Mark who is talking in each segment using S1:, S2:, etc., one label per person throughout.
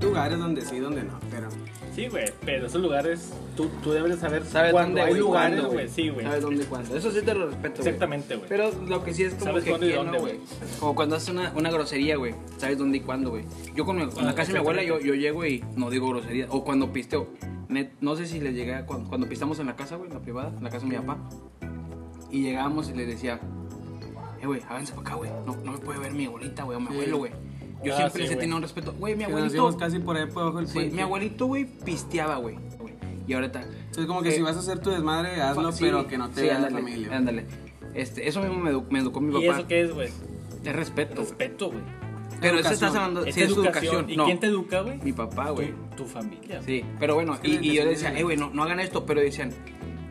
S1: lugares donde sí, donde no, pero.
S2: Sí, güey, pero esos lugares, tú, tú debes de saber
S3: Sabes
S2: cuándo
S3: dónde,
S2: hay
S3: güey,
S2: lugares,
S3: cuándo,
S2: güey.
S3: güey.
S2: Sí, güey.
S3: ¿Sabes dónde y cuándo? Eso sí te lo respeto, güey.
S2: Exactamente, güey.
S3: Pero lo que sí es como
S2: ¿Sabes
S3: que
S2: cuándo y
S3: ¿quién
S2: dónde,
S3: no,
S2: güey?
S3: Como cuando haces una, una grosería, güey. ¿Sabes dónde y cuándo, güey? Yo con, mi- con
S2: Ah,
S3: la casa de mi abuela yo, yo llego y no digo grosería. O cuando pisteo. Me- no sé si les llegué a cuando, cuando pistamos en la casa, güey, en la privada, en la casa de mi
S2: Mm.
S3: papá. Y llegábamos y les decía, eh, güey, háganse para acá, güey. No, no me puede ver mi abuelita, güey, o mi abuelo, güey. Yo
S2: Ah,
S3: siempre
S2: sí,
S3: les he
S2: güey.
S3: tenido un respeto. Güey, mi
S1: Que nos
S3: abuelito.
S1: íbamos casi por ahí por abajo del
S3: Sí,
S1: puente.
S3: mi abuelito, güey, pisteaba, güey. güey. Y ahorita.
S1: Entonces, como que
S3: Eh,
S1: si vas a hacer tu desmadre, hazlo,
S3: Sí,
S1: pero que no te
S3: sí,
S1: vea la
S3: ándale,
S1: familia.
S3: Ándale. Este, eso mismo me, edu- me educó mi
S2: ¿Y
S3: papá.
S2: eso qué es, güey?
S3: Es respeto. güey.
S2: Respeto, güey.
S3: Pero eso
S1: Educación.
S3: estás hablando
S2: Es
S3: sí, es educación.
S2: ¿Y
S3: no,
S2: quién te educa, güey?
S3: mi papá, güey.
S2: Tu, tu familia.
S3: Sí, pero bueno,
S1: que
S3: y,
S1: la
S3: y yo
S1: educación
S3: decía,
S1: es-
S3: eh, güey, no, no hagan esto, pero decían,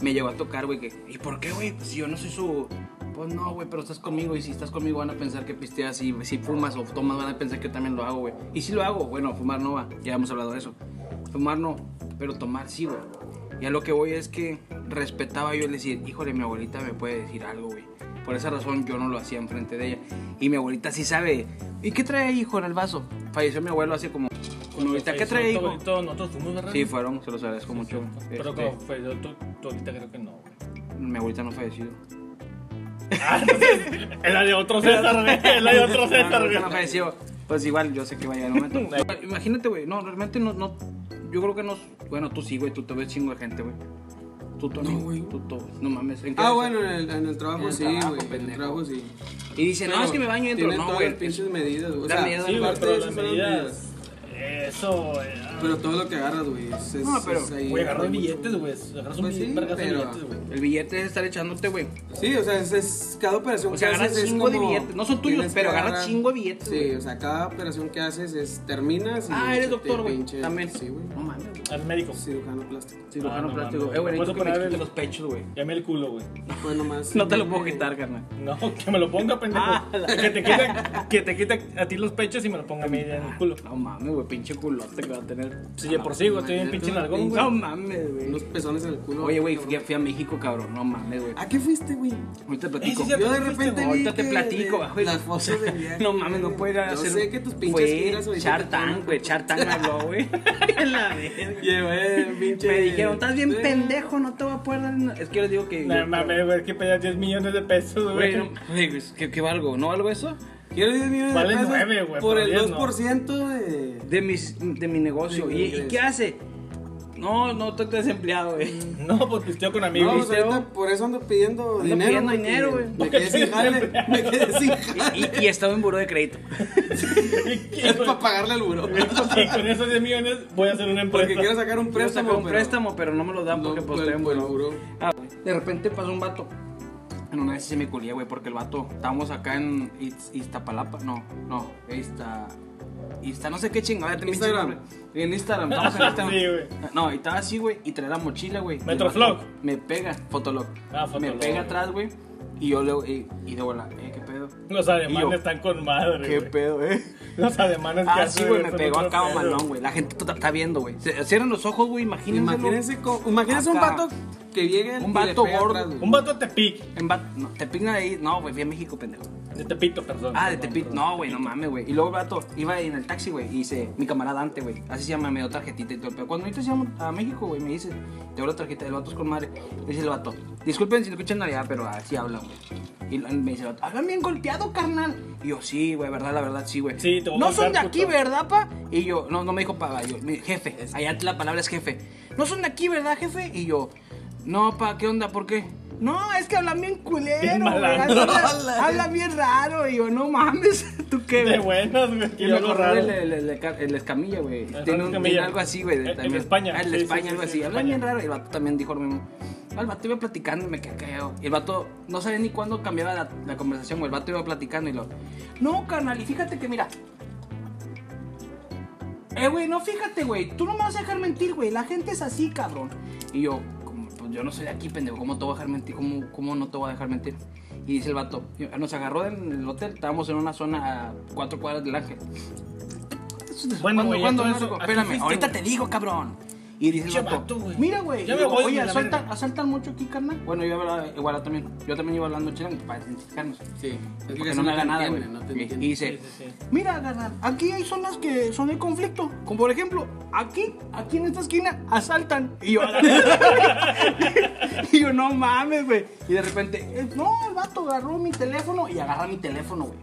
S3: me llegó a tocar, güey, que, ¿y por qué, güey? Si yo no soy su. Pues no, güey, pero estás conmigo y si estás conmigo van a pensar que pisteas y si fumas o tomas van a pensar que yo también lo hago, güey. Y si lo hago, bueno, fumar no va, ya hemos hablado de eso. Fumar no, pero tomar sí, güey. Y a lo que voy es que respetaba yo el decir, híjole, mi abuelita me puede decir algo, güey. Por esa razón yo no lo hacía enfrente de ella. Y mi abuelita sí sabe. ¿Y qué trae, hijo, en el vaso? Falleció mi abuelo hace como... Como ahorita, ¿qué trae, hijo?
S2: Todos nosotros fuimos, ¿verdad?
S3: Sí, fueron, se los agradezco mucho.
S2: Pero
S3: Este,
S2: como fue yo, tú, tú ahorita creo que no, güey.
S3: Mi abuelita no falleció.
S2: Ah, entonces, es la de otro César, güey. Es la de otro
S3: Mi
S2: Céstar,
S3: abuelita Ah, no
S2: güey.
S3: falleció. Pues igual, yo sé que va a llegar el momento. Imagínate, güey, no, realmente no, no. Yo creo que no. Bueno, tú sí, güey, tú te ves chingo de gente, güey. Tú, Tony.
S1: No, güey.
S3: Tú, tú, no mames. ¿en qué
S1: Ah,
S3: eres?
S1: bueno, en el, en el trabajo
S3: En el
S1: sí,
S3: trabajo,
S1: güey. En el
S3: pendejo.
S1: trabajo sí.
S3: Y dice, no,
S1: Pero
S3: es que me baño y entro.
S1: tienen
S3: No,
S1: todas
S3: güey.
S1: las pinches medidas, güey. O
S3: Da
S1: sea,
S3: miedo,
S2: Sí, güey,
S1: parte
S2: pero
S1: de
S2: las
S1: esas son las
S2: medidas. Eso, güey.
S1: Pero todo lo que agarras, güey. es- es-
S3: No, pero,
S1: es ahí,
S2: Güey, agarras
S1: hay mucho-
S2: billetes, güey. Agarras un
S1: Pues sí,
S2: billete, vergas de
S1: pero-
S2: billetes, güey.
S3: El billete es estar echándote, güey.
S1: Sí, o sea, es, es- cada operación
S3: O sea,
S1: que
S3: agarras
S1: haces es
S3: chingo de
S1: como-
S3: billetes. No son tuyos,
S1: tienes que
S3: pero agarras
S1: agarrar-
S3: chingo de billetes,
S1: Sí,
S3: güey.
S1: o sea, cada operación que haces es terminas y
S3: Ah, eres
S1: échate
S3: doctor, güey.
S1: pinche-
S3: También.
S1: Sí, güey. Ah,
S3: No mames, güey.
S2: Al médico.
S1: Cirujano plástico.
S3: Cirujano
S2: no
S3: plástico.
S2: mames.
S3: Eh, güey,
S2: ¿Puedo
S3: necesito que me
S2: poner
S3: quiten
S2: el-
S3: los pechos, güey.
S2: Llame el culo, güey.
S1: Fue Pues nomás.
S3: No te lo puedo quitar, carnal.
S2: No, que me lo ponga, pendejo.
S3: Ah, la-
S2: Que te quita, que te quita a ti los pechos y me lo ponga a mí en
S3: Ah.
S2: el culo.
S3: No mames, güey, pinche culote que va a tener.
S2: Sí, de por sí, güey, estoy bien pinche largón, güey.
S3: Ah, No mames, güey.
S1: Unos pezones en el culo.
S3: Oye, güey,
S1: cabrón.
S3: fui, a- fui a México, cabrón. No mames, güey.
S1: ¿A qué fuiste, güey?
S3: Ahorita te
S2: Eh, sí,
S3: platico.
S2: cierto.
S1: Yo de repente. vi
S3: Ahorita te
S1: que-
S3: platico, güey.
S1: Las fotos de viaje.
S3: No mames, no puedo ir a
S1: Yo
S3: hacer.
S1: sé que tus pinches
S3: Fue
S1: giras ahorita te
S3: Chartán,
S1: ponen-
S3: güey. Chartán me habló, güey. la verga.
S1: Llevé el pinche.
S3: Me dijeron, estás bien
S1: Sí.
S3: pendejo, no te voy a poder dar. na-". Es que yo les digo que.
S2: No mames, güey, que pedías 10 millones de pesos,
S3: Güey,
S2: güey.
S3: no, güey, pues, ¿qué, ¿qué valgo? ¿No valgo eso?
S1: Quiero 10 millones
S2: Vale
S1: de pesos
S2: nueve, güey,
S1: Por
S2: pero
S1: el
S2: diez
S1: 2% de.
S3: De, mis, de mi negocio.
S1: Sí,
S3: ¿Y,
S1: güey.
S3: ¿Y qué hace? No, no, estoy desempleado, güey.
S1: Mm.
S2: No, pues pisteo con
S1: No,
S2: amigos.
S1: pues ahorita por eso ando pidiendo dinero.
S3: pidiendo
S1: porque
S3: dinero, güey.
S1: Me quedé sin jale. Me quedé sin jale.
S3: Y, y, y estaba en buró de crédito.
S1: Es para pagarle al buró.
S2: Y con esos 10 millones voy a hacer una empresa.
S1: Porque quiero sacar un
S3: Yo saqué
S1: préstamo.
S3: un
S1: pero-
S3: préstamo, pero no me lo dan
S1: No,
S3: porque pues
S1: por el-
S3: estoy en
S1: por el
S3: buró.
S1: buró.
S3: Ah, güey. de repente pasó un vato. En una vez sí se me colía, güey, porque el vato. Estábamos acá en Iz- Iztapalapa. No, no, Izta. Izta, no sé qué chingada. ya te me hice
S1: Instagram.
S3: nombre. En Instagram, estamos en Instagram.
S2: Sí, güey.
S3: No, y estaba así, güey, y traía la mochila, güey.
S2: Metroflog.
S3: Y el vato Me pega, Fotolog.
S2: Ah, Fotolog.
S3: Me pega atrás, güey. Y yo le. Y, y de bola, eh, qué pedo.
S2: Los
S3: Y yo,
S2: alemanes están con madre,
S3: Qué
S2: güey.
S3: pedo, eh.
S2: Los alemanes que
S3: Ah,
S2: hacen,
S3: sí, güey, me
S2: son
S3: pegó
S2: otro
S3: acá,
S2: pedo.
S3: malón, güey. La gente t- está viendo, güey. Se- Cierran los ojos, güey, imagínense.
S1: Imagínense, co- imagínense un
S3: Acá.
S1: vato que llegue.
S3: Un
S1: y
S3: vato
S1: le pega
S3: gordo.
S1: atrás, güey.
S2: Un vato de Tepic.
S3: En Bat- no, te pigna de ahí. No, güey, fui a México, pendejo.
S2: De Tepito, perdón.
S3: Ah, de
S2: perdón,
S3: Tepito.
S2: perdón.
S3: No, güey, no mames, güey. Y luego el vato iba en el taxi, güey, y dice, mi camarada Dante, güey. Así se llama, me dio tarjetita y todo. Pero cuando ahorita se llama a México, güey, me dice, te doy la tarjeta, el vato es con madre. Me dice el vato, disculpen si no escuchan nada, pero así hablan, güey. Y lo- me dice el vato, hablan bien golpeado, carnal. Y yo, sí, güey, verdad, la verdad, sí, güey.
S2: Sí, te voy a
S3: No son de
S2: golpear,
S3: aquí,
S2: puto.
S3: ¿verdad, pa? Y yo, no, no me dijo pa, yo, mi- jefe, allá la palabra es jefe. No son de aquí, ¿verdad, jefe? Y yo, no, pa, ¿qué onda? ¿Por qué? No, es que hablan bien culero,
S2: Bien
S3: güey, así
S2: malandro.
S3: hablan- hablan bien raro. Y yo, no mames, ¿tú qué,
S2: De
S3: güey?
S2: buenas, güey.
S3: Y
S2: que
S3: me
S2: algo
S3: acordé
S2: raro.
S3: del- del- del- del ca- el escamilla, güey.
S2: Ajá,
S3: Tiene, un-
S2: Escamilla.
S3: tiene algo así, güey.
S2: En- en
S3: también.
S2: España.
S3: Ah, en
S2: Sí, sí,
S3: España,
S2: sí,
S3: algo
S2: sí,
S3: así.
S2: en
S3: Hablan
S2: España.
S3: bien raro. Y el vato también dijo lo mismo. Ah, El vato iba platicando y me quedé callado. Y el vato no sabía ni cuándo cambiaba la, la conversación, güey. El vato iba platicando y lo. No, carnal, y fíjate que mira. Eh, güey, no, fíjate, güey. Tú no me vas a dejar mentir, güey. La gente es así, cabrón. Y yo, como, pues, yo no soy de aquí, pendejo. ¿Cómo te voy a dejar mentir? ¿Cómo, cómo no te voy a dejar mentir? Y dice el vato. y- ah, Nos agarró del del hotel. Estábamos en una zona a cuatro cuadras del ángel.
S2: Bueno,
S3: ¿Cuándo,
S2: güey,
S3: cuándo,
S2: todo
S3: Marco?
S2: eso, ¿a qué
S3: Espérame,
S2: fuiste,
S3: ahorita
S2: güey?
S3: te digo, cabrón. Y dice el
S2: Che,
S3: vato,
S2: vato, güey.
S3: mira, güey.
S2: Ya
S3: y
S2: me
S3: digo,
S2: voy,
S3: Oye,
S2: me la
S3: asaltan,
S2: verga".
S3: asaltan mucho aquí, carnal. Bueno, yo hablaba, igual también. Yo también iba hablando chilango para identificarnos.
S4: Sí.
S3: Porque no me haga nada, güey.
S4: No te
S3: y
S4: entiende.
S3: dice,
S2: Sí, sí, sí.
S3: mira, carnal, aquí hay zonas que son de conflicto. Como por ejemplo, aquí, aquí en esta esquina, asaltan. Y yo, y yo no mames, güey. Y de repente, eh, no, el vato agarró mi teléfono y agarra mi teléfono, güey.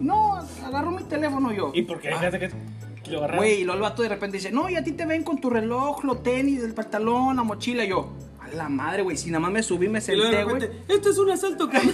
S3: No, agarró mi teléfono yo.
S2: ¿Y por qué?
S3: Ah,
S2: Fíjate que que lo agarraron.
S3: Güey, y luego el vato de repente dice, no, y a ti te ven con tu reloj, los tenis, el pantalón, la mochila. Y yo, a la madre, güey, si nada más me subí, me
S4: Y luego de
S3: senté, güey.
S4: repente, esto Este es un asalto, cabrón.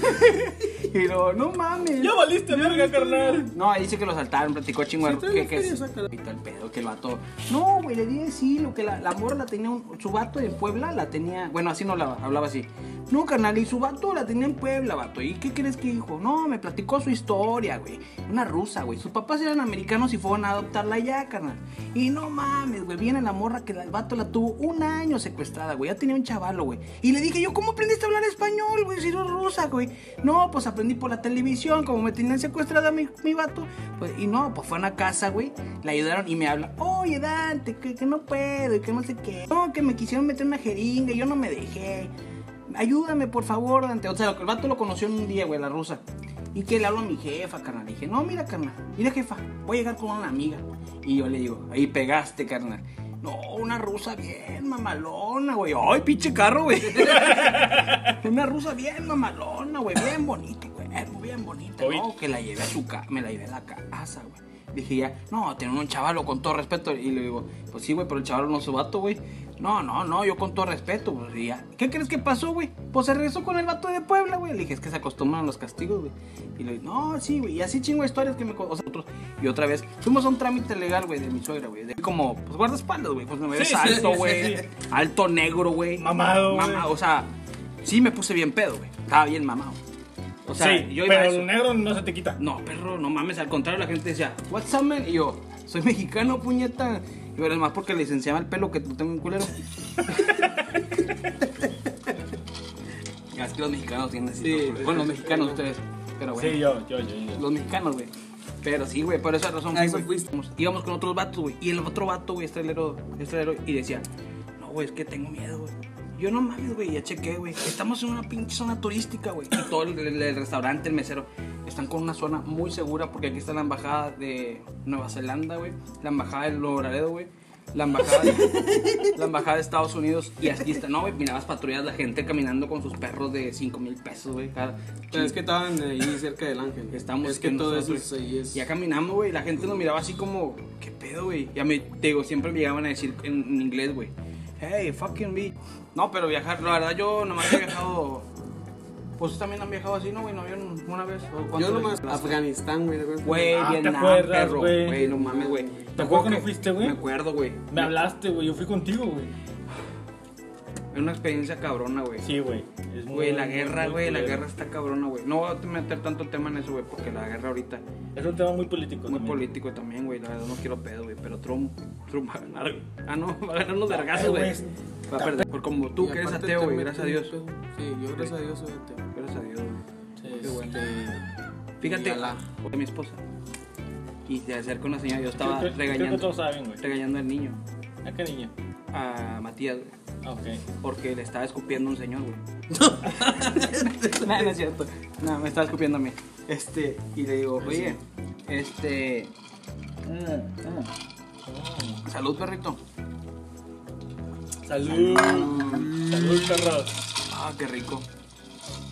S3: Y yo, no mames.
S2: Ya valiste verga, carnal.
S3: No, ahí dice que lo saltaron, platicó chingón.
S4: Sí, trae
S3: que,
S4: la
S3: que
S4: feria,
S3: es-
S4: sácala.
S3: y todo el pedo, que el vato. No, güey, le dije sí, lo que la, la morra la tenía. un- su vato en Puebla la tenía. Bueno, así no la hablaba así. No, carnal, y su vato la tenía en Puebla, vato. ¿Y qué crees que dijo? No, me platicó su historia, güey. Una rusa, güey. Sus papás eran americanos y fueron a adoptarla allá, carnal. Y no mames, güey. Viene la morra que la- el vato la tuvo un año secuestrada, güey. Ya tenía un chavalo, güey. Y le dije yo, ¿cómo aprendiste a hablar español, güey? Si eres rusa, güey. No, pues aprendí por la televisión, como me tenían secuestrada mi, mi vato. Pues, y no, pues fue a una casa, güey. Le ayudaron y me habla, oye, Dante, que, que no puedo, y que no sé qué. No, que me quisieron meter una jeringa y yo no me dejé. Ayúdame, por favor, Dante. O sea, el vato lo conoció en un día, güey, la rusa. Y que le hablo a mi jefa, carnal. Le dije, no, mira, carnal, mira, jefa, voy a llegar con una amiga. Y yo le digo, ahí pegaste, carnal. No, una rusa bien mamalona, güey. Ay, pinche carro, güey. Una rusa bien mamalona, güey, bien bonita, güey, Eh, bien bonita.
S2: Oye.
S3: No, que la llevé a su casa, me la llevé a la casa, güey. Dije ya, no, tener un chavalo con todo respeto. Y le digo, pues sí, güey, pero el chavalo no es su vato, güey. No, no, no, yo con todo respeto, pues y ya. ¿Qué crees que pasó, güey? Pues se regresó con el vato de Puebla, güey. Le dije, es que se acostumbran a los castigos, güey. Y le digo, no, sí, güey. Y así chingo de historias que me. co- O sea, otros- y otra vez, fuimos a un trámite legal, güey, de mi suegra, güey. de- Como, pues guardaespaldas, güey. Pues me ves
S2: sí, sí,
S3: alto,
S2: sí,
S3: güey.
S2: sí.
S3: Alto negro, güey.
S2: Mamado, güey.
S3: Mamado, o sea, sí me puse bien pedo, güey. Estaba bien mamado. O sea,
S2: sí,
S3: yo iba a
S2: pero
S3: eso.
S2: lo negro no se te quita.
S3: No, perro, no mames, al contrario, la gente decía, what's up, man? Y yo, soy mexicano, puñeta. Y pero es más porque le licenciaba el pelo que tú tengo un culero. Ya, es que los mexicanos tienen así.
S4: Sí,
S3: los culeros. bueno,
S4: sí, sí,
S3: los mexicanos
S4: sí.
S3: ustedes. Pero bueno.
S2: Sí, yo, yo, yo. yo.
S3: Los mexicanos, güey. Pero sí, güey, por esa razón.
S4: A
S3: fui,
S4: eso
S3: güey.
S4: fuiste.
S3: Íbamos- Íbamos con otros vatos, güey. Y el otro vato, güey, este estrelero, estrelero, y decía, no, güey, es que tengo miedo, güey. Yo no mames, güey, ya chequé, güey. Estamos en una pinche zona turística, güey. Y todo el, el- el restaurante, el mesero, están con una zona muy segura porque aquí está la embajada de Nueva Zelanda, güey. La embajada del Loraredo, güey. La embajada, de, la embajada de Estados Unidos. Y aquí está, no, güey, mirabas patrullas, la gente caminando con sus perros de 5 mil pesos, güey. cada-
S4: Pero es que estaban ahí cerca del ángel.
S3: Estamos
S4: es que
S3: en
S4: todo eso
S3: nosotros.
S4: es ahí es.
S3: Ya caminamos, güey. La gente nos miraba así como, ¿qué pedo, güey? Ya me, te digo, siempre me llegaban a decir en, en inglés, güey. Hey, fucking me. No, pero viajar, la verdad, yo nomás he viajado. Pues ustedes también han viajado así, ¿no, güey? ¿No vieron una vez? ¿O cuántas
S4: Yo nomás
S3: veces?
S4: Afganistán, güey. ¿te acuerdas?
S3: Güey,
S2: Ah, ¿te
S3: Vietnam,
S2: acuerdas,
S3: perro.
S2: güey?
S3: Güey, no mames, güey.
S2: ¿Te
S3: acuerdo
S2: acuerdas que no fuiste, güey?
S3: Me acuerdo, güey.
S2: Me hablaste, güey. Yo fui contigo, güey.
S3: Es una experiencia cabrona, güey.
S2: Sí, güey. es muy-
S3: Güey, la guerra,
S2: muy
S3: güey, la
S2: culero.
S3: guerra está cabrona, güey. No voy a meter tanto tema en eso, güey, porque la guerra ahorita
S2: Es un tema muy político.
S3: Muy
S2: también.
S3: político también, güey. La verdad no quiero pedo, güey. Pero Trump, Trump va a ganar. güey. Ah, no, va a ganar unos vergazos,
S2: Eh,
S3: güey.
S2: güey.
S3: Va a perder. Por como tú
S4: Y
S3: que eres
S4: aparte
S3: ateo,
S4: te
S3: güey.
S4: meten
S3: Gracias a Dios.
S4: un pedo. Sí, yo gracias a Dios soy ateo.
S3: Gracias a Dios, güey.
S4: Este, y
S3: Fíjate,
S4: Alá.
S3: de mi esposa. Y te acerco una señora. Yo
S2: Creo
S3: estaba
S2: que- Creo que
S3: regañando,
S2: todos saben, güey.
S3: regañando al niño,
S2: ¿A qué niño?
S3: a Matías, güey,
S2: Ah, ok.
S3: Porque le estaba escupiendo a un señor, güey. no, no es cierto. No, me estaba escupiendo a mí. Este, y le digo, oye, este. Salud, perrito.
S2: Salud. Salud, perros.
S3: Ah, qué rico.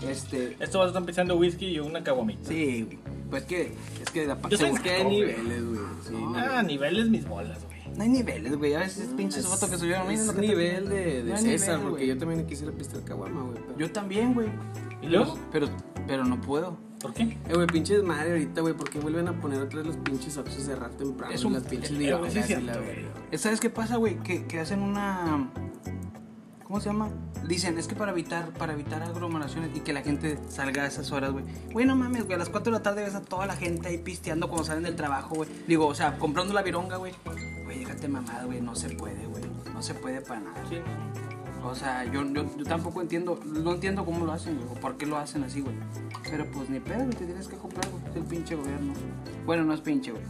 S3: Este.
S2: Esto vas a estar empezando whisky y una caguamita.
S3: Sí, güey. Pues que. Es que la
S2: Yo soy
S3: según
S4: ¿Qué
S2: No,
S4: niveles, güey? Sí, no.
S2: Ah, niveles mis bolas, güey.
S3: No hay niveles, güey. A veces pinches fotos que subieron. miren
S4: Es
S3: lo que te-
S4: nivel de, de
S3: No hay
S4: César,
S3: nivel,
S4: porque
S3: güey.
S4: yo también quisiera pistar caguama, güey. pero-
S3: Yo también, güey.
S2: ¿Y luego?
S3: Pero, pero no puedo.
S2: ¿Por qué?
S4: Eh, güey, pinches madre ahorita, güey, porque vuelven a poner otra vez los pinches apsos de rato temprano.
S3: Es
S4: Es
S3: un-
S4: las pinches
S2: eh,
S4: videojuegos
S2: güey, sí es
S4: y la
S2: cierto,
S4: verga.
S3: Eh, ¿Sabes qué pasa, güey? Que, que hacen una. ¿Cómo se llama? Dicen, es que para evitar, para evitar aglomeraciones y que la gente salga a esas horas, güey. Güey, no mames, güey. A las 4 de la tarde ves a toda la gente ahí pisteando cuando salen del trabajo, güey. Digo, o sea, comprando la vironga, güey. Güey, déjate mamada, güey. No se puede, güey. No se puede para nada.
S2: Sí, no.
S3: O sea, yo, yo, yo tampoco entiendo, no entiendo cómo lo hacen, güey, o por qué lo hacen así, güey. Pero pues ni pedo, güey, te tienes que comprar, güey, es el pinche gobierno. Bueno, no es pinche, güey.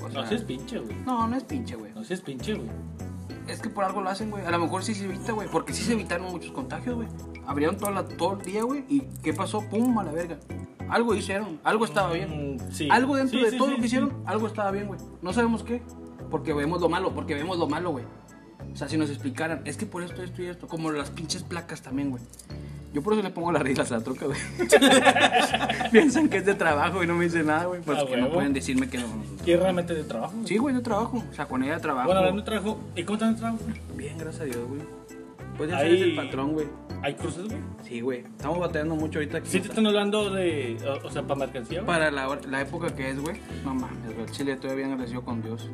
S3: O
S2: No,
S3: sea,
S2: sí es pinche, güey.
S3: no, no es pinche, güey.
S2: No, sí es pinche, güey.
S1: es que por algo lo hacen, güey. A lo mejor sí se evita, güey. Porque sí se evitaron muchos contagios, güey. Abrieron toda la- todo el día, güey. ¿Y qué pasó? ¡Pum! A la verga. Algo hicieron. Algo estaba bien.
S2: Mm, sí.
S1: Algo dentro
S2: Sí,
S1: de
S2: sí,
S1: todo
S2: sí,
S1: lo que
S2: sí.
S1: hicieron, algo estaba bien, güey. No sabemos qué. Porque vemos lo malo. Porque vemos lo malo, güey. O sea, si nos explicaran. Es que por esto, esto y esto. Como las pinches placas también, güey. Yo por eso le pongo las reglas a la troca, güey. Piensan que es de trabajo y no me dicen nada, güey. Porque no
S2: Ah, huevo.
S1: pueden decirme que no.
S2: Y es realmente de trabajo. güey.
S1: Sí, güey, yo trabajo. O sea, con ella trabajo.
S2: Bueno, hablando de trabajo, ¿y cómo están el trabajo?
S1: Bien, gracias a Dios, güey. Pues ya
S2: Ahí-
S1: sabes el patrón, güey.
S2: ¿Hay cruces, güey?
S1: Sí, güey. Estamos batallando mucho ahorita. que
S2: Sí te están hablando de, o, o sea, para mercancía, güey.
S1: Para la, hora- la época que es, güey. No mames, güey. El Chile estoy bien agradecido con Dios.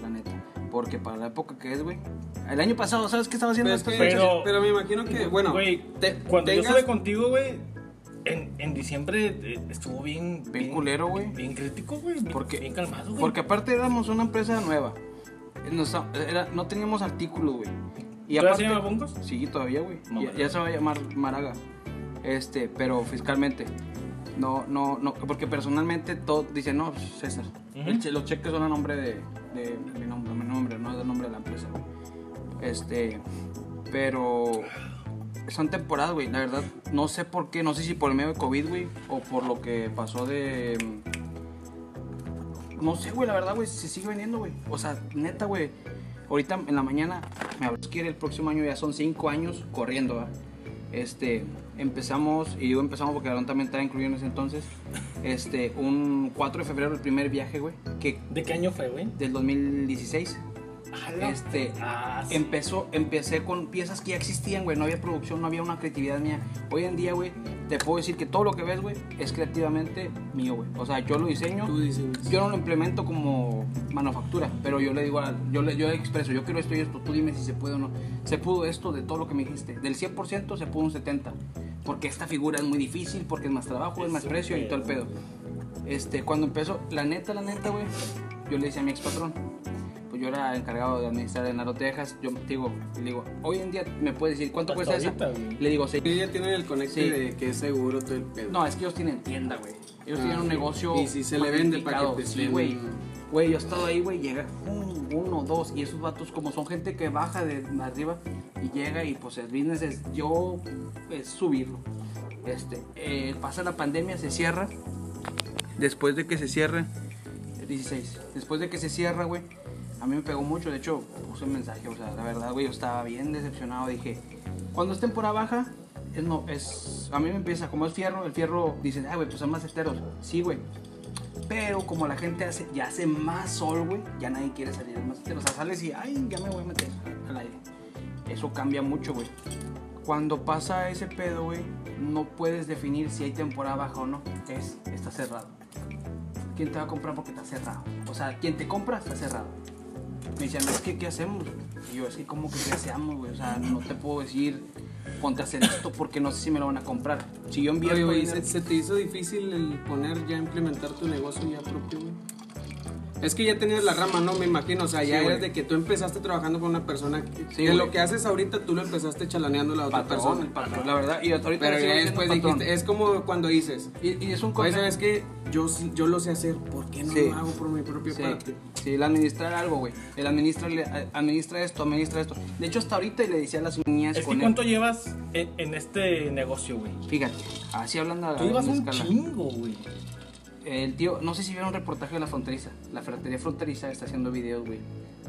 S1: La neta. Porque para la época que es, güey. El año pasado, ¿sabes qué estaba haciendo
S4: Pero, es
S1: esto?
S4: que-
S2: Pero-
S4: pero me imagino que, bueno,
S2: Güey,
S4: te-
S2: cuando yo
S4: tengas-
S2: estuve contigo, güey, en, en diciembre eh, estuvo bien...
S1: Bien culero, güey.
S2: Bien crítico, güey. bien-
S1: Porque-
S2: Bien calmado, güey.
S1: Porque aparte éramos una empresa nueva. Nos- era- no teníamos artículos, güey. Y
S2: ¿Todavía
S1: aparte,
S2: se llama Bongos?
S1: Sí, todavía, güey.
S2: No,
S1: ya,
S2: güey.
S1: ya se va a llamar Maraga. Este, pero fiscalmente. No, no, no, porque personalmente todo dice, no, César.
S2: Ujú.
S1: el che- los cheques son a nombre de, de mi, nombre, mi nombre, no es el nombre de la empresa. güey. Este, pero son temporadas, güey. La verdad, no sé por qué, no sé si por el medio de COVID, güey, o por lo que pasó de. mm, No sé, güey, la verdad, güey, se sigue vendiendo, güey. O sea, neta, güey. Ahorita en la mañana, me habló, es que el próximo año ya son cinco años corriendo, ¿va? Este, empezamos, y digo empezamos porque Aaron también estaba incluido en ese entonces, este, un 4 de febrero, el primer viaje, güey, que
S2: ¿De qué año fue, güey?
S1: del 2016.
S2: Ala.
S1: Este,
S2: Ah, sí.
S1: empezó, empecé con piezas que ya existían, güey. No había producción, no había una creatividad mía. Hoy en día, güey, te puedo decir que todo lo que ves, güey, es creativamente mío, güey. O sea, yo lo diseño.
S4: Tú dices.
S1: Yo no lo implemento como manufactura, pero yo le digo, a, yo le yo le expreso, yo quiero esto y esto, tú dime si se puede o no. Se pudo esto de todo lo que me dijiste. Del 100% se pudo un 70%, porque esta figura es muy difícil, porque es más trabajo, es más
S2: Eso,
S1: precio y todo el pedo. Este, cuando empezó, la neta, la neta, güey, yo le decía a mi ex patrón, pues yo era encargado de administrar en Aro, Texas, yo digo, le digo, hoy en día me puedes decir, ¿cuánto
S2: Hasta
S1: cuesta esa?
S2: ahorita, güey.
S1: Le digo, "Sí".
S4: Ella tiene el conecte
S1: Sí.
S4: de que es seguro todo el pedo.
S1: No, es que ellos tienen tienda, güey. Ellos
S4: Ah,
S1: tienen un
S4: ok.
S1: negocio.
S4: Y si se le vende pa'
S1: planificado.
S4: que te
S1: Sí,
S4: estén-
S1: güey. Güey, yo he estado ahí, güey, llega un- uno, dos, y esos vatos como son gente que baja de arriba y llega y pues el business es yo es subirlo. Este, eh, pasa la pandemia, se cierra. Después de que se cierre, 16. Después de que se cierra, güey, a mí me pegó mucho. De hecho, puse un mensaje. O sea, la verdad, güey, yo estaba bien decepcionado. Dije, cuando es temporada baja, es no, es. A mí me empieza, como es fierro, el fierro dice, ah, güey, pues son más esteros. Sí, güey. Pero como la gente hace, ya hace más sol, güey, ya nadie quiere salir al macetero. O sea, sales y, ay, ya me voy a meter al aire. Eso cambia mucho, güey. Cuando pasa ese pedo, güey, no puedes definir si hay temporada baja o no. Es, está cerrado. ¿Quién te va a comprar porque está cerrado? O sea, quien te compra está cerrado. Me decían, es que, ¿qué hacemos? Y yo, es que, ¿cómo que qué hacemos, güey? O sea, no te puedo decir, ponte a hacer esto porque no sé si me lo van a comprar. Si yo
S4: Oye,
S1: invierto...
S4: güey,
S1: dinero-
S4: ¿se, se te hizo difícil el poner ya, implementar tu negocio ya propio, güey? Es que ya tenías la rama, ¿no? Me imagino, o sea, ya
S1: Sí,
S4: eres
S1: güey.
S4: de que tú empezaste trabajando con una persona que,
S1: Sí,
S4: que
S1: güey.
S4: lo que haces ahorita tú lo empezaste chalaneando a la otra
S1: patrón, el
S4: persona.
S1: patrón, la verdad. Y hasta ahorita
S4: Pero
S1: lo sigo
S4: ya
S1: haciendo
S4: después
S1: patrón.
S4: dijiste, es como cuando dices,
S1: Y, y es un
S4: Oye,
S1: consejo.
S4: ¿sabes qué? Yo, sí- yo lo sé hacer, ¿por qué no
S1: Sí.
S4: lo hago por mi propia
S1: Sí,
S4: parte?
S1: sí, el administrar algo, güey. El administrar, administra esto, administra esto. De hecho, hasta ahorita le decía a las niñas
S2: Es
S1: con
S2: que
S1: él.
S2: ¿cuánto llevas en, en este negocio, güey?
S1: Fíjate, así hablando a
S2: Tú llevas
S1: gran
S2: un
S1: escala.
S2: chingo, güey.
S1: El tío, no sé si vieron un reportaje de la fronteriza. La ferretería fronteriza está haciendo videos, güey,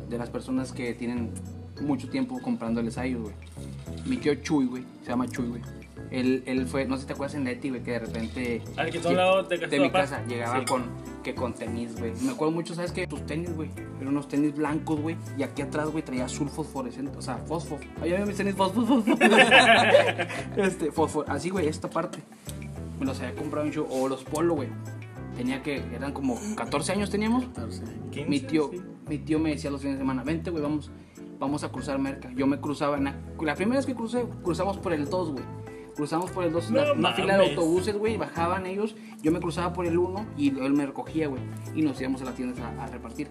S1: de las personas que tienen mucho tiempo comprándoles a ellos, güey. Mi tío Chuy, güey, se llama Chuy, güey. Él, él fue, no sé si te acuerdas en Leti, güey, que de repente.
S2: Al que está al lado de casa de
S1: mi
S2: papá.
S1: casa llegaba
S2: Sí.
S1: con que con tenis, güey. Me acuerdo mucho, ¿sabes qué? Tus tenis, güey. Eran unos tenis blancos, güey. Y aquí atrás, güey, traía azul fosforescente. O sea, fosfo. Ahí había mis tenis fosfo, fosfo. este, fosfo. Así, güey, esta parte. Me los había comprado en show. O los polo, güey. Tenía que, eran como 14 años teníamos.
S2: ¿Quince?
S1: Mi tío,
S2: Sí.
S1: mi tío me decía los fines de semana, vente, güey, vamos, vamos a cruzar merca. Yo me cruzaba, en la, la primera vez que crucé, cruzamos por el 2, güey. Cruzamos por el 2,
S2: No
S1: una, una fila de
S2: mames.
S1: autobuses, güey, bajaban ellos, yo me cruzaba por el 1 y él me recogía, güey, y nos íbamos a las tiendas a, a repartir.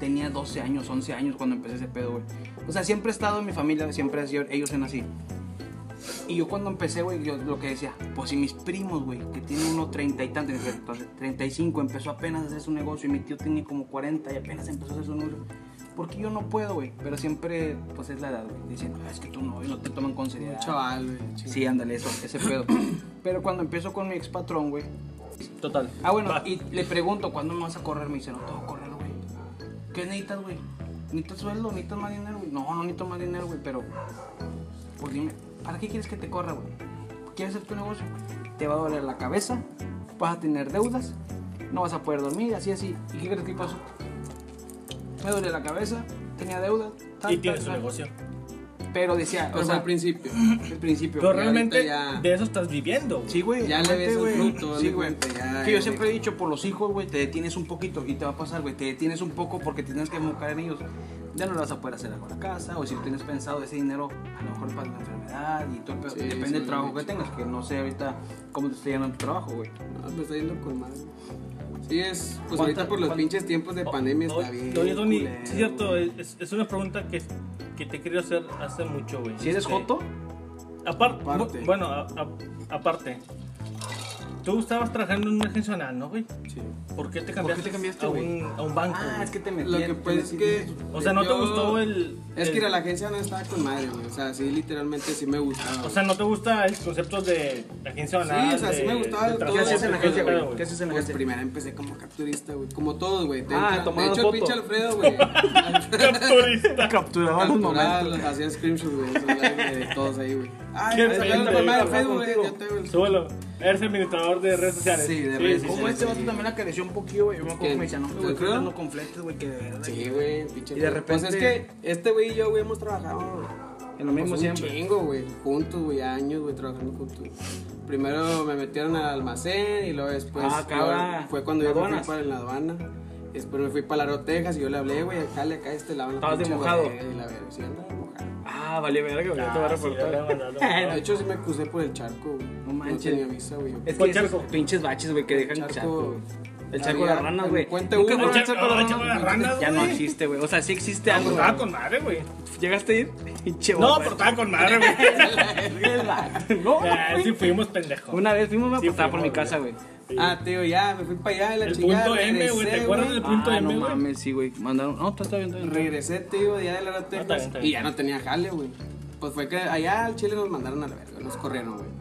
S1: Tenía 12 años, 11 años cuando empecé ese pedo, güey. O sea, siempre he estado en mi familia, siempre han sido ellos en así.
S3: Y yo cuando empecé, güey, yo lo que decía, pues si mis primos, güey, que tienen unos treinta y tantos, entonces, 35, empezó apenas a hacer su negocio y mi tío tiene como 40 y apenas empezó a hacer su negocio. Porque yo no puedo, güey, pero siempre, pues es la edad, güey. Dicen, "Ah, es que tú no, y no te toman con seriedad.
S4: Un chaval, güey.
S3: Sí, ándale, eso, ese pedo. Pero cuando empiezo con mi ex patrón, güey,
S2: Total.
S3: Ah, bueno, y le pregunto, ¿cuándo me vas a correr? Me dice, no te voy a correr, güey. ¿Qué necesitas, güey? ¿Necesitas sueldo? ¿Necesitas más dinero, güey? No, no necesito más dinero, güey, pero... Pues dime, ¿para qué quieres que te corra, güey? ¿Quieres hacer tu negocio? Te va a doler la cabeza, vas a tener deudas, no vas a poder dormir, así, así. ¿Y qué crees que pasó? Me duele la cabeza, tenía deudas. tal,
S2: Y
S3: tal,
S2: tienes tu
S3: tal.
S2: negocio.
S3: Pero decía,
S4: Pero
S3: o
S4: fue
S3: sea,
S4: al principio.
S3: al principio.
S2: Pero
S4: ahorita
S2: realmente
S4: ya-
S2: de eso estás viviendo. güey.
S3: Sí, güey.
S4: Ya le
S3: adelante,
S4: ves el
S3: güey.
S4: fruto,
S3: Sí,
S4: dale
S3: güey.
S4: cuenta, ya,
S3: Que yo
S4: ya,
S3: siempre he
S4: güey.
S3: dicho, por los hijos, güey, te detienes un poquito y te va a pasar, güey. Te detienes un poco porque te tienes que enfocar en ellos. Ya no le vas a poder hacer algo a la casa, o si tienes pensado ese dinero, a lo mejor para la enfermedad y todo, pero
S4: Sí,
S3: depende
S4: sí,
S3: del trabajo que
S4: güey.
S3: tengas, que no sé ahorita cómo te está yendo en tu trabajo, güey.
S4: No, me Ah, pues está yendo con madre. Sí, es. Pues
S2: ¿Cuánta-
S4: ahorita por los
S2: cuán-
S4: pinches tiempos de pandemia
S2: Oye,
S4: está bien.
S2: Oye, Tony,
S4: culero,
S2: sí, cierto,
S4: güey.
S2: es, es una pregunta que, que te quería hacer hace mucho, güey.
S3: Si eres
S2: Este,
S3: joto,
S2: Aparte,
S4: Aparte.
S2: bu- bueno, a- a- aparte. Tú estabas trabajando en una agencia de ¿no, güey?
S4: Sí.
S2: ¿Por qué te
S3: ¿Por
S2: cambiaste,
S3: qué te cambiaste,
S2: a,
S3: güey?
S2: un, a un banco?
S3: ah,
S2: güey?
S3: es que te metí.
S4: Lo que pasa es que.
S2: o sea, ¿no te
S4: yo-
S2: gustó el...?
S4: Es que
S2: el-
S4: ir a la agencia no estaba con madre, güey. O sea, sí, literalmente sí me gustaba.
S2: O sea, ¿no te gusta el concepto de agencia
S4: Sí,
S2: banal?
S4: o sea, sí
S2: de-
S4: me gustaba
S2: de
S4: todo
S2: trabajo,
S4: eso. ¿Qué hacías en
S2: todo ese
S4: la agencia,
S2: pedo,
S4: güey?
S3: ¿Qué haces en la
S4: pues
S3: agencia?
S4: primero empecé como capturista, güey. Como todos, güey. te
S3: Ah,
S4: entra-
S3: tomando
S4: De hecho,
S3: foto.
S4: el pinche Alfredo, güey.
S2: Capturista.
S3: Capturaba los
S4: Capturaba,
S3: momentos.
S4: los hacía screenshots, güey. eso, güey, De todos ahí, güey. Ay,
S2: ¿Quieres salir
S4: sacaron la
S2: de
S4: mamá de
S2: hablar
S4: Facebook, güey.
S3: contigo?
S4: Ya tengo el-
S2: Súbelo. Eres administrador de redes sociales.
S4: Sí, de redes
S3: Como
S4: sociales.
S3: este vato
S4: Sí.
S3: también la careció un poquillo, güey. Yo me acuerdo
S4: ¿Qué?
S3: que me decía, no,
S4: ¿Te
S3: güey,
S4: creo?
S3: no completes, güey, que de verdad.
S4: Sí, güey, pinche.
S3: Y de
S4: Alfredo. Pues es
S3: repente-
S4: que este güey y yo, güey, hemos trabajado
S3: En lo mismo
S4: pues,
S3: siempre.
S4: Un chingo, güey. Juntos, güey, años, güey, trabajando juntos. Primero me metieron al almacén y luego después.
S3: Ah, acá.
S4: yo- Fue cuando yo me fui
S3: Aduanas.
S4: para la aduana. Después me fui para Laro, Texas y yo le hablé, güey, acá le acá este la
S3: Estabas de mojado.
S4: Y la verga, sí, andaba de mojado.
S3: Ah, vale, verga, güey. ya te voy a
S2: Ah, sí, ya
S3: reportar.
S2: te voy a reportar.
S4: De hecho, sí me crucé por el charco, güey.
S3: No manches.
S4: No tenía visa, güey.
S3: Es que
S2: ¿Cuál
S3: esos
S2: charco?
S3: pinches baches, güey, que dejan
S4: Charco.
S3: charco. El charco de
S4: Había-
S3: las ranas,
S4: en
S3: güey.
S4: Puente
S3: Nunca
S4: Uno.
S3: fueron
S2: El charco-
S3: charco de
S2: ah,
S3: las
S2: el charco de
S3: ranas,
S2: las
S3: güey.
S2: ranas,
S3: Ya no
S2: güey.
S3: existe, güey. O sea, sí existe
S2: Ah,
S3: algo.
S2: pues
S3: güey. pues,
S2: estaba con madre, güey.
S3: ¿Llegaste a ir? Pinche
S2: No,
S3: bomba.
S2: pero estaba con madre, güey.
S3: No,
S2: Ah,
S3: güey.
S2: sí fuimos pendejos.
S3: Una vez fuimos a
S2: Sí,
S3: apostar por mi
S2: fuimos,
S3: casa, güey.
S4: Ah, tío, ya, me fui para allá, la
S2: El
S4: chingada.
S2: punto M, güey,
S4: regresé,
S2: ¿te acuerdas del punto
S3: Ah,
S2: M,
S3: no
S2: güey?
S3: mames, sí, güey. Mandaron. No, está está bien, está bien.
S4: Regresé, tío, ya de la hora
S2: está bien, está bien.
S4: Y ya no tenía jale, güey. Pues fue que allá al Chile nos mandaron a la verga, nos corrieron, güey.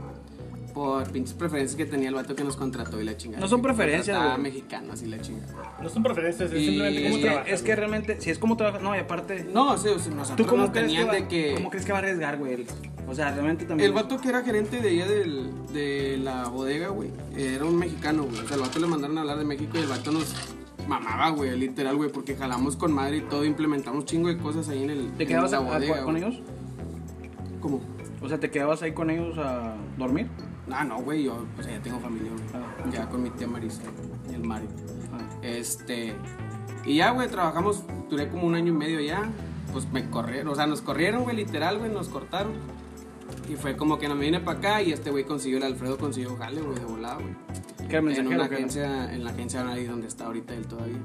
S4: Por pinches preferencias que tenía el vato que nos contrató y la chingada.
S3: No son
S4: Que
S3: preferencias,
S4: contrataba
S3: güey.
S4: mexicanos y la chingada.
S2: No son preferencias, es
S4: Y-
S2: simplemente
S3: Es
S2: cómo
S3: que,
S2: trabajas.
S3: es que
S2: güey.
S3: realmente, si es como trabajas. No, y aparte.
S4: No, o sea, o sea,
S3: ¿Tú
S4: nosotros
S3: cómo
S4: nos
S3: crees, que
S4: tenían
S3: va,
S4: de que...
S3: cómo crees que va a arriesgar, güey? él? O sea, realmente también.
S4: El vato que era gerente de allá del- de la bodega, güey, era un mexicano, güey. O sea, el vato le mandaron a hablar de México y el vato nos mamaba, güey, literal, güey, porque jalamos con madre y todo, implementamos chingo de cosas ahí en el
S3: ¿Te
S4: en
S3: quedabas
S4: la
S3: a- a-
S4: bodega,
S3: con
S4: güey.
S3: ellos?
S4: ¿Cómo?
S3: O sea, ¿te quedabas ahí con ellos a dormir?
S4: Ah, no, güey, yo pues, ya tengo familia, güey.
S3: Ah.
S4: Ya con mi tía Marisa y el Mario.
S3: Ah.
S4: Este. Y ya, güey, trabajamos, duré como un año y medio ya. Pues me corrieron, o sea, nos corrieron, güey, literal, güey, nos cortaron. Y fue como que no me vine para acá y este güey consiguió, el Alfredo consiguió jale, güey, de volada, güey.
S3: ¿Qué era
S4: En
S3: mensajero?
S4: una
S3: o qué era?
S4: agencia, en la agencia ahí donde está ahorita él todavía.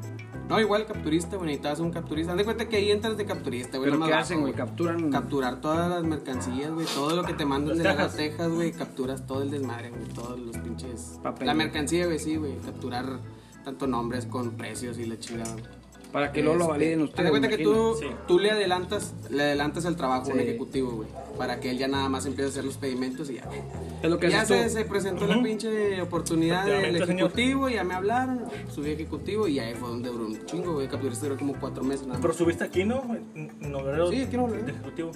S4: No, igual capturista, güey, necesitabas un capturista. Haz de cuenta que ahí entras de capturista, güey.
S3: ¿Pero
S4: nada
S3: qué
S4: más
S3: hacen,
S4: bajo,
S3: güey? ¿Capturan?
S4: Capturar todas las mercancías, güey. Todo lo que te mandan
S2: Las
S4: de las
S2: cajas.
S4: tejas, güey. Capturas todo el desmadre, güey. Todos los pinches.
S3: Papel.
S4: La mercancía, güey, sí, güey. Capturar tanto nombres con precios y la chingada, güey.
S3: Para que luego lo
S4: Este,
S3: validen
S4: Haz
S3: ustedes.
S4: de cuenta
S3: me
S4: que
S3: imagino.
S4: tú,
S2: Sí.
S4: tú le adelantas, le adelantas el trabajo a un
S3: Sí.
S4: ejecutivo, güey. Para que él ya nada más empiece a hacer los pedimentos y ya.
S3: Es lo que
S4: ya
S3: haces
S4: se,
S3: tú.
S4: se presentó la pinche oportunidad del
S2: Efectivamente, señor.
S4: ejecutivo, ya me hablaron, subí ejecutivo y ahí fue donde duró un chingo, güey. Capturista duró como cuatro meses nada más.
S2: Pero subiste aquí, ¿no? En en Obrero
S4: Sí, aquí en Obrero.
S2: de Ejecutivo.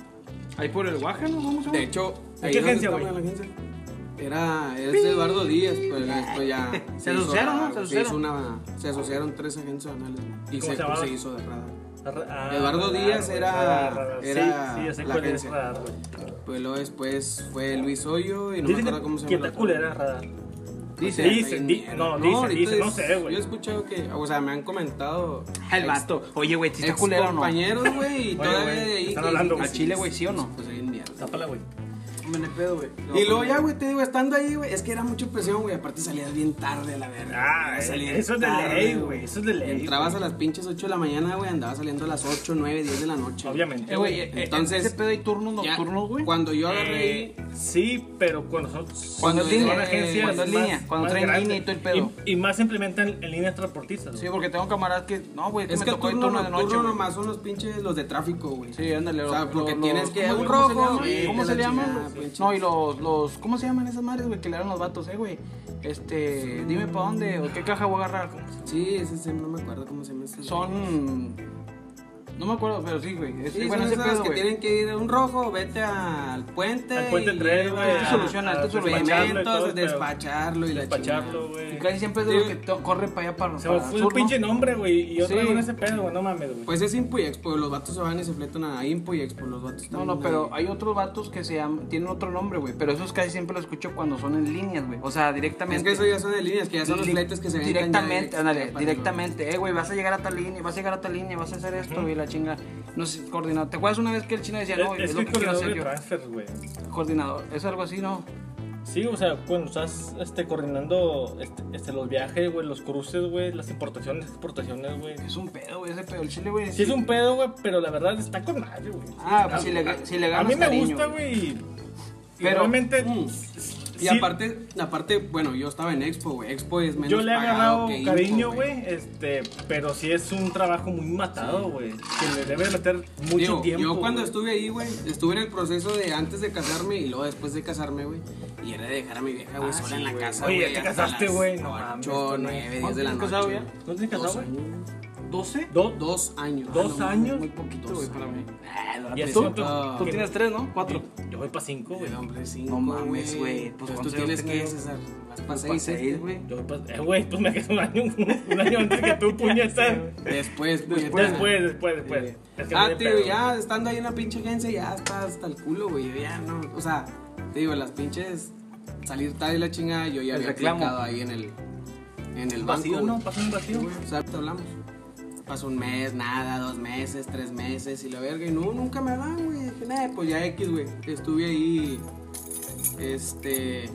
S3: Ahí por el guaje, ¿no? Vamos a
S4: De hecho,
S2: ¿De
S4: ahí
S2: qué
S4: donde
S2: agencia,
S4: estaba
S2: güey?
S4: la agencia, Era, es de Eduardo Díaz, pues después ya.
S3: Se
S4: hizo
S3: asociaron,
S4: rara,
S3: ¿no? Se
S4: güey. Se, hizo
S3: asociaron.
S4: una- se asociaron tres agencias anales güey, y
S2: ¿Cómo
S4: se,
S2: se llamaba?
S4: se hizo de rada.
S2: Ah,
S4: Eduardo
S2: radar,
S4: Díaz
S2: güey,
S4: era-
S2: radar, radar.
S4: era
S2: Sí, sí, ya sé
S4: la
S2: cuál es
S4: agencia.
S2: radar, güey.
S4: Pues luego después fue Luis Hoyo y no me
S2: Dicen
S4: acuerdo cómo se
S2: que
S4: llama. el
S2: está
S4: otro.
S2: culera radar.
S4: Dice,
S2: Dicen, di- no, dicen,
S4: ahorita
S2: dicen, no
S4: es-
S2: sé, güey.
S4: Yo he escuchado que, o sea, me han comentado.
S3: El
S4: ex-
S3: vato. Oye, güey, si está
S4: ex
S3: culero o no.
S4: compañeros, güey, y
S2: Oye,
S4: todavía
S2: güey,
S4: de ahí.
S2: están
S4: que
S2: hablando,
S4: dicen
S3: ¿A
S4: que
S3: Chile, güey, sí o no?
S4: Pues soy en mierda.
S2: Tápala, güey.
S4: hombre, no hay pedo, güey.
S3: No,
S4: y luego
S3: güey.
S4: ya, güey, te digo, estando ahí, güey, es que era mucha presión, güey. Aparte salías bien tarde a la verga.
S2: Ah,
S4: Salías
S2: eso es de
S4: tarde,
S2: ley, güey. Eso es de ley.
S4: Entrabas a las pinches 8 de la mañana, güey, andabas saliendo a las 8, 9, 10 de la noche.
S2: Obviamente.
S3: Eh, güey, eh, eh,
S4: Entonces,
S3: ese pedo hay turnos
S4: Ya,
S3: nocturnos, güey.
S4: Cuando yo agarré
S2: Eh,
S4: ahí,
S2: sí, pero con nosotros.
S3: Cuando es
S4: eh,
S3: línea,
S2: son agencias
S3: eh, cuando es
S2: más-
S3: línea, cuando
S2: más
S3: traen
S2: grandes.
S3: línea y todo el pedo.
S2: Y, y más se implementan en líneas transportistas.
S3: Sí,
S2: güey.
S3: porque tengo camaradas que. No, güey,
S4: es
S3: me
S4: que el
S3: tocó el
S4: turno
S3: turno de noche.
S4: nocturno
S3: güey.
S4: nomás son los pinches, los de tráfico, güey.
S3: Sí, ándale.
S4: O sea,
S3: lo-
S4: porque
S3: lo-
S4: tienes
S3: los-
S4: que-
S3: ¿cómo-
S4: un
S3: ¿Cómo se
S4: rojo,
S3: llama?
S4: güey,
S3: ¿Cómo
S4: de
S3: se
S4: la
S3: llaman?
S4: chingada,
S3: los-
S4: pinche.
S3: No, y los, los. ¿Cómo se llaman esas madres, güey, que le dan los vatos, eh, güey? Este. Dime para dónde o qué caja voy a agarrar.
S4: Sí, ese, ese, no me acuerdo cómo se llama ese.
S3: Son. No me acuerdo, pero sí, güey. Es-
S4: Sí,
S3: bueno,
S4: son
S3: ese
S4: esas
S3: pedo,
S4: que
S3: güey.
S4: tienen que ir a un rojo, vete al puente.
S2: Al puente
S4: y
S2: tres,
S4: lleva
S2: güey.
S3: esto
S2: a-
S3: soluciona,
S2: a
S3: esto soluciona.
S2: despacharlo y todo
S4: Elementos,
S2: el pedo.
S4: despacharlo y la
S2: Despacharlo,
S4: chingada.
S2: güey.
S3: Y casi siempre es de los que to- corre para allá para.
S2: Se
S3: para
S2: me
S3: el
S2: fue
S3: sur,
S2: un
S3: ¿no?
S2: pinche nombre, güey. Y yo
S3: Sí.
S2: traigo en ese pedo, güey. No mames, güey.
S4: Pues es Impo y Expo, los vatos se van y se fletan a Impo y Expo, los vatos
S3: No,
S4: también
S3: no,
S4: ahí.
S3: pero hay otros vatos que se llaman, tienen otro nombre, güey. Pero esos casi siempre los escucho cuando son en líneas, güey. O sea, directamente.
S4: Es que eso ya son de líneas, que ya son los
S3: Li-
S4: fletes que se ven
S3: Directamente, ándale, directamente. Eh, güey, vas a llegar a tal línea, vas a llegar a tal línea, vas a hacer esto, güey, la chinga. No sé, coordinador. ¿Te acuerdas una vez que el chino decía, no, güey,
S2: es,
S3: es,
S2: es
S3: lo
S2: que
S3: que
S2: con
S3: quiero
S2: el
S3: hacer
S2: doble
S3: yo?
S2: transfer, güey.
S3: Coordinador, es algo así, ¿no?
S2: Sí, o sea, cuando estás este, coordinando este, este, los viajes, güey, los cruces, güey, las importaciones, exportaciones, güey.
S3: Es un pedo, güey, ese pedo. El chile, güey.
S2: Sí es un pedo, güey, pero la verdad está con madre, güey.
S3: Ah,
S2: Está-
S3: pues si le, si le ganas
S2: A mí me
S3: cariño,
S2: gusta, güey.
S3: Pero-
S2: Pero realmente.
S4: Mm. Y aparte, aparte, bueno, yo estaba en Expo, güey. Expo es menos
S2: Yo le he
S4: pagado
S2: agarrado
S4: que Impo,
S2: cariño, güey, este, pero sí es un trabajo muy matado, güey, que le debe meter mucho
S4: Digo,
S2: tiempo.
S4: Yo cuando
S2: güey.
S4: estuve ahí, güey, estuve en el proceso de antes de casarme y luego después de casarme, güey. Y era de dejar a mi vieja, güey,
S3: Ah,
S4: sola
S3: sí,
S4: en la
S3: güey.
S4: casa,
S2: Oye,
S4: güey.
S2: ya te casaste, güey, no mames,
S4: 8,
S2: tú,
S4: 9,
S3: ¿Cuánto
S4: 10 de la
S3: te has
S4: noche.
S3: casado ya?
S4: güey.
S2: ¿No te has casado,
S4: Dos
S2: güey?
S4: años.
S3: ¿12?
S2: Do-
S4: Dos años.
S2: Dos
S4: Ah, no,
S2: años.
S3: Muy poquito,
S4: Dos
S3: este, güey, para mí. Ah, no,
S2: ¿Y
S3: la
S2: a
S3: presión.
S2: tú?
S4: Ah.
S3: Tú tienes tres, ¿no? Cuatro.
S2: Yo voy para cinco, güey.
S4: El hombre cinco,
S3: No mames, güey. Pues,
S4: Pues, tú
S3: ¿cuántos
S4: tienes
S3: años
S4: que,
S3: tengo?
S4: César. Vas para
S3: Pues,
S4: seis,
S3: pa'
S4: siete.
S3: seis, güey.
S2: Yo voy pa- eh, güey, pues me quedé un año, un año antes que tú, puñetas.
S4: Después, güey.
S2: Después, después, después.
S3: Eh.
S2: Es que
S4: Ah,
S2: no tiene
S4: tío,
S2: pedo.
S4: ya estando ahí en la pinche agencia, ya está hasta el culo, güey. Yo ya no. O sea, te digo, las pinches. Salir tarde y la chingada, yo ya
S3: El
S4: había
S3: reclamo.
S4: aplicado ahí en el. En el
S2: Un
S4: banco.
S2: vacío,
S4: güey.
S2: ¿no? Pasó un vacío.
S4: O sea, te pues, hablamos. Pasó un mes, nada, dos meses, tres meses y la verga. Y no, nunca me hablan, güey. Dije, nah, pues ya X, güey. Estuve ahí. Este.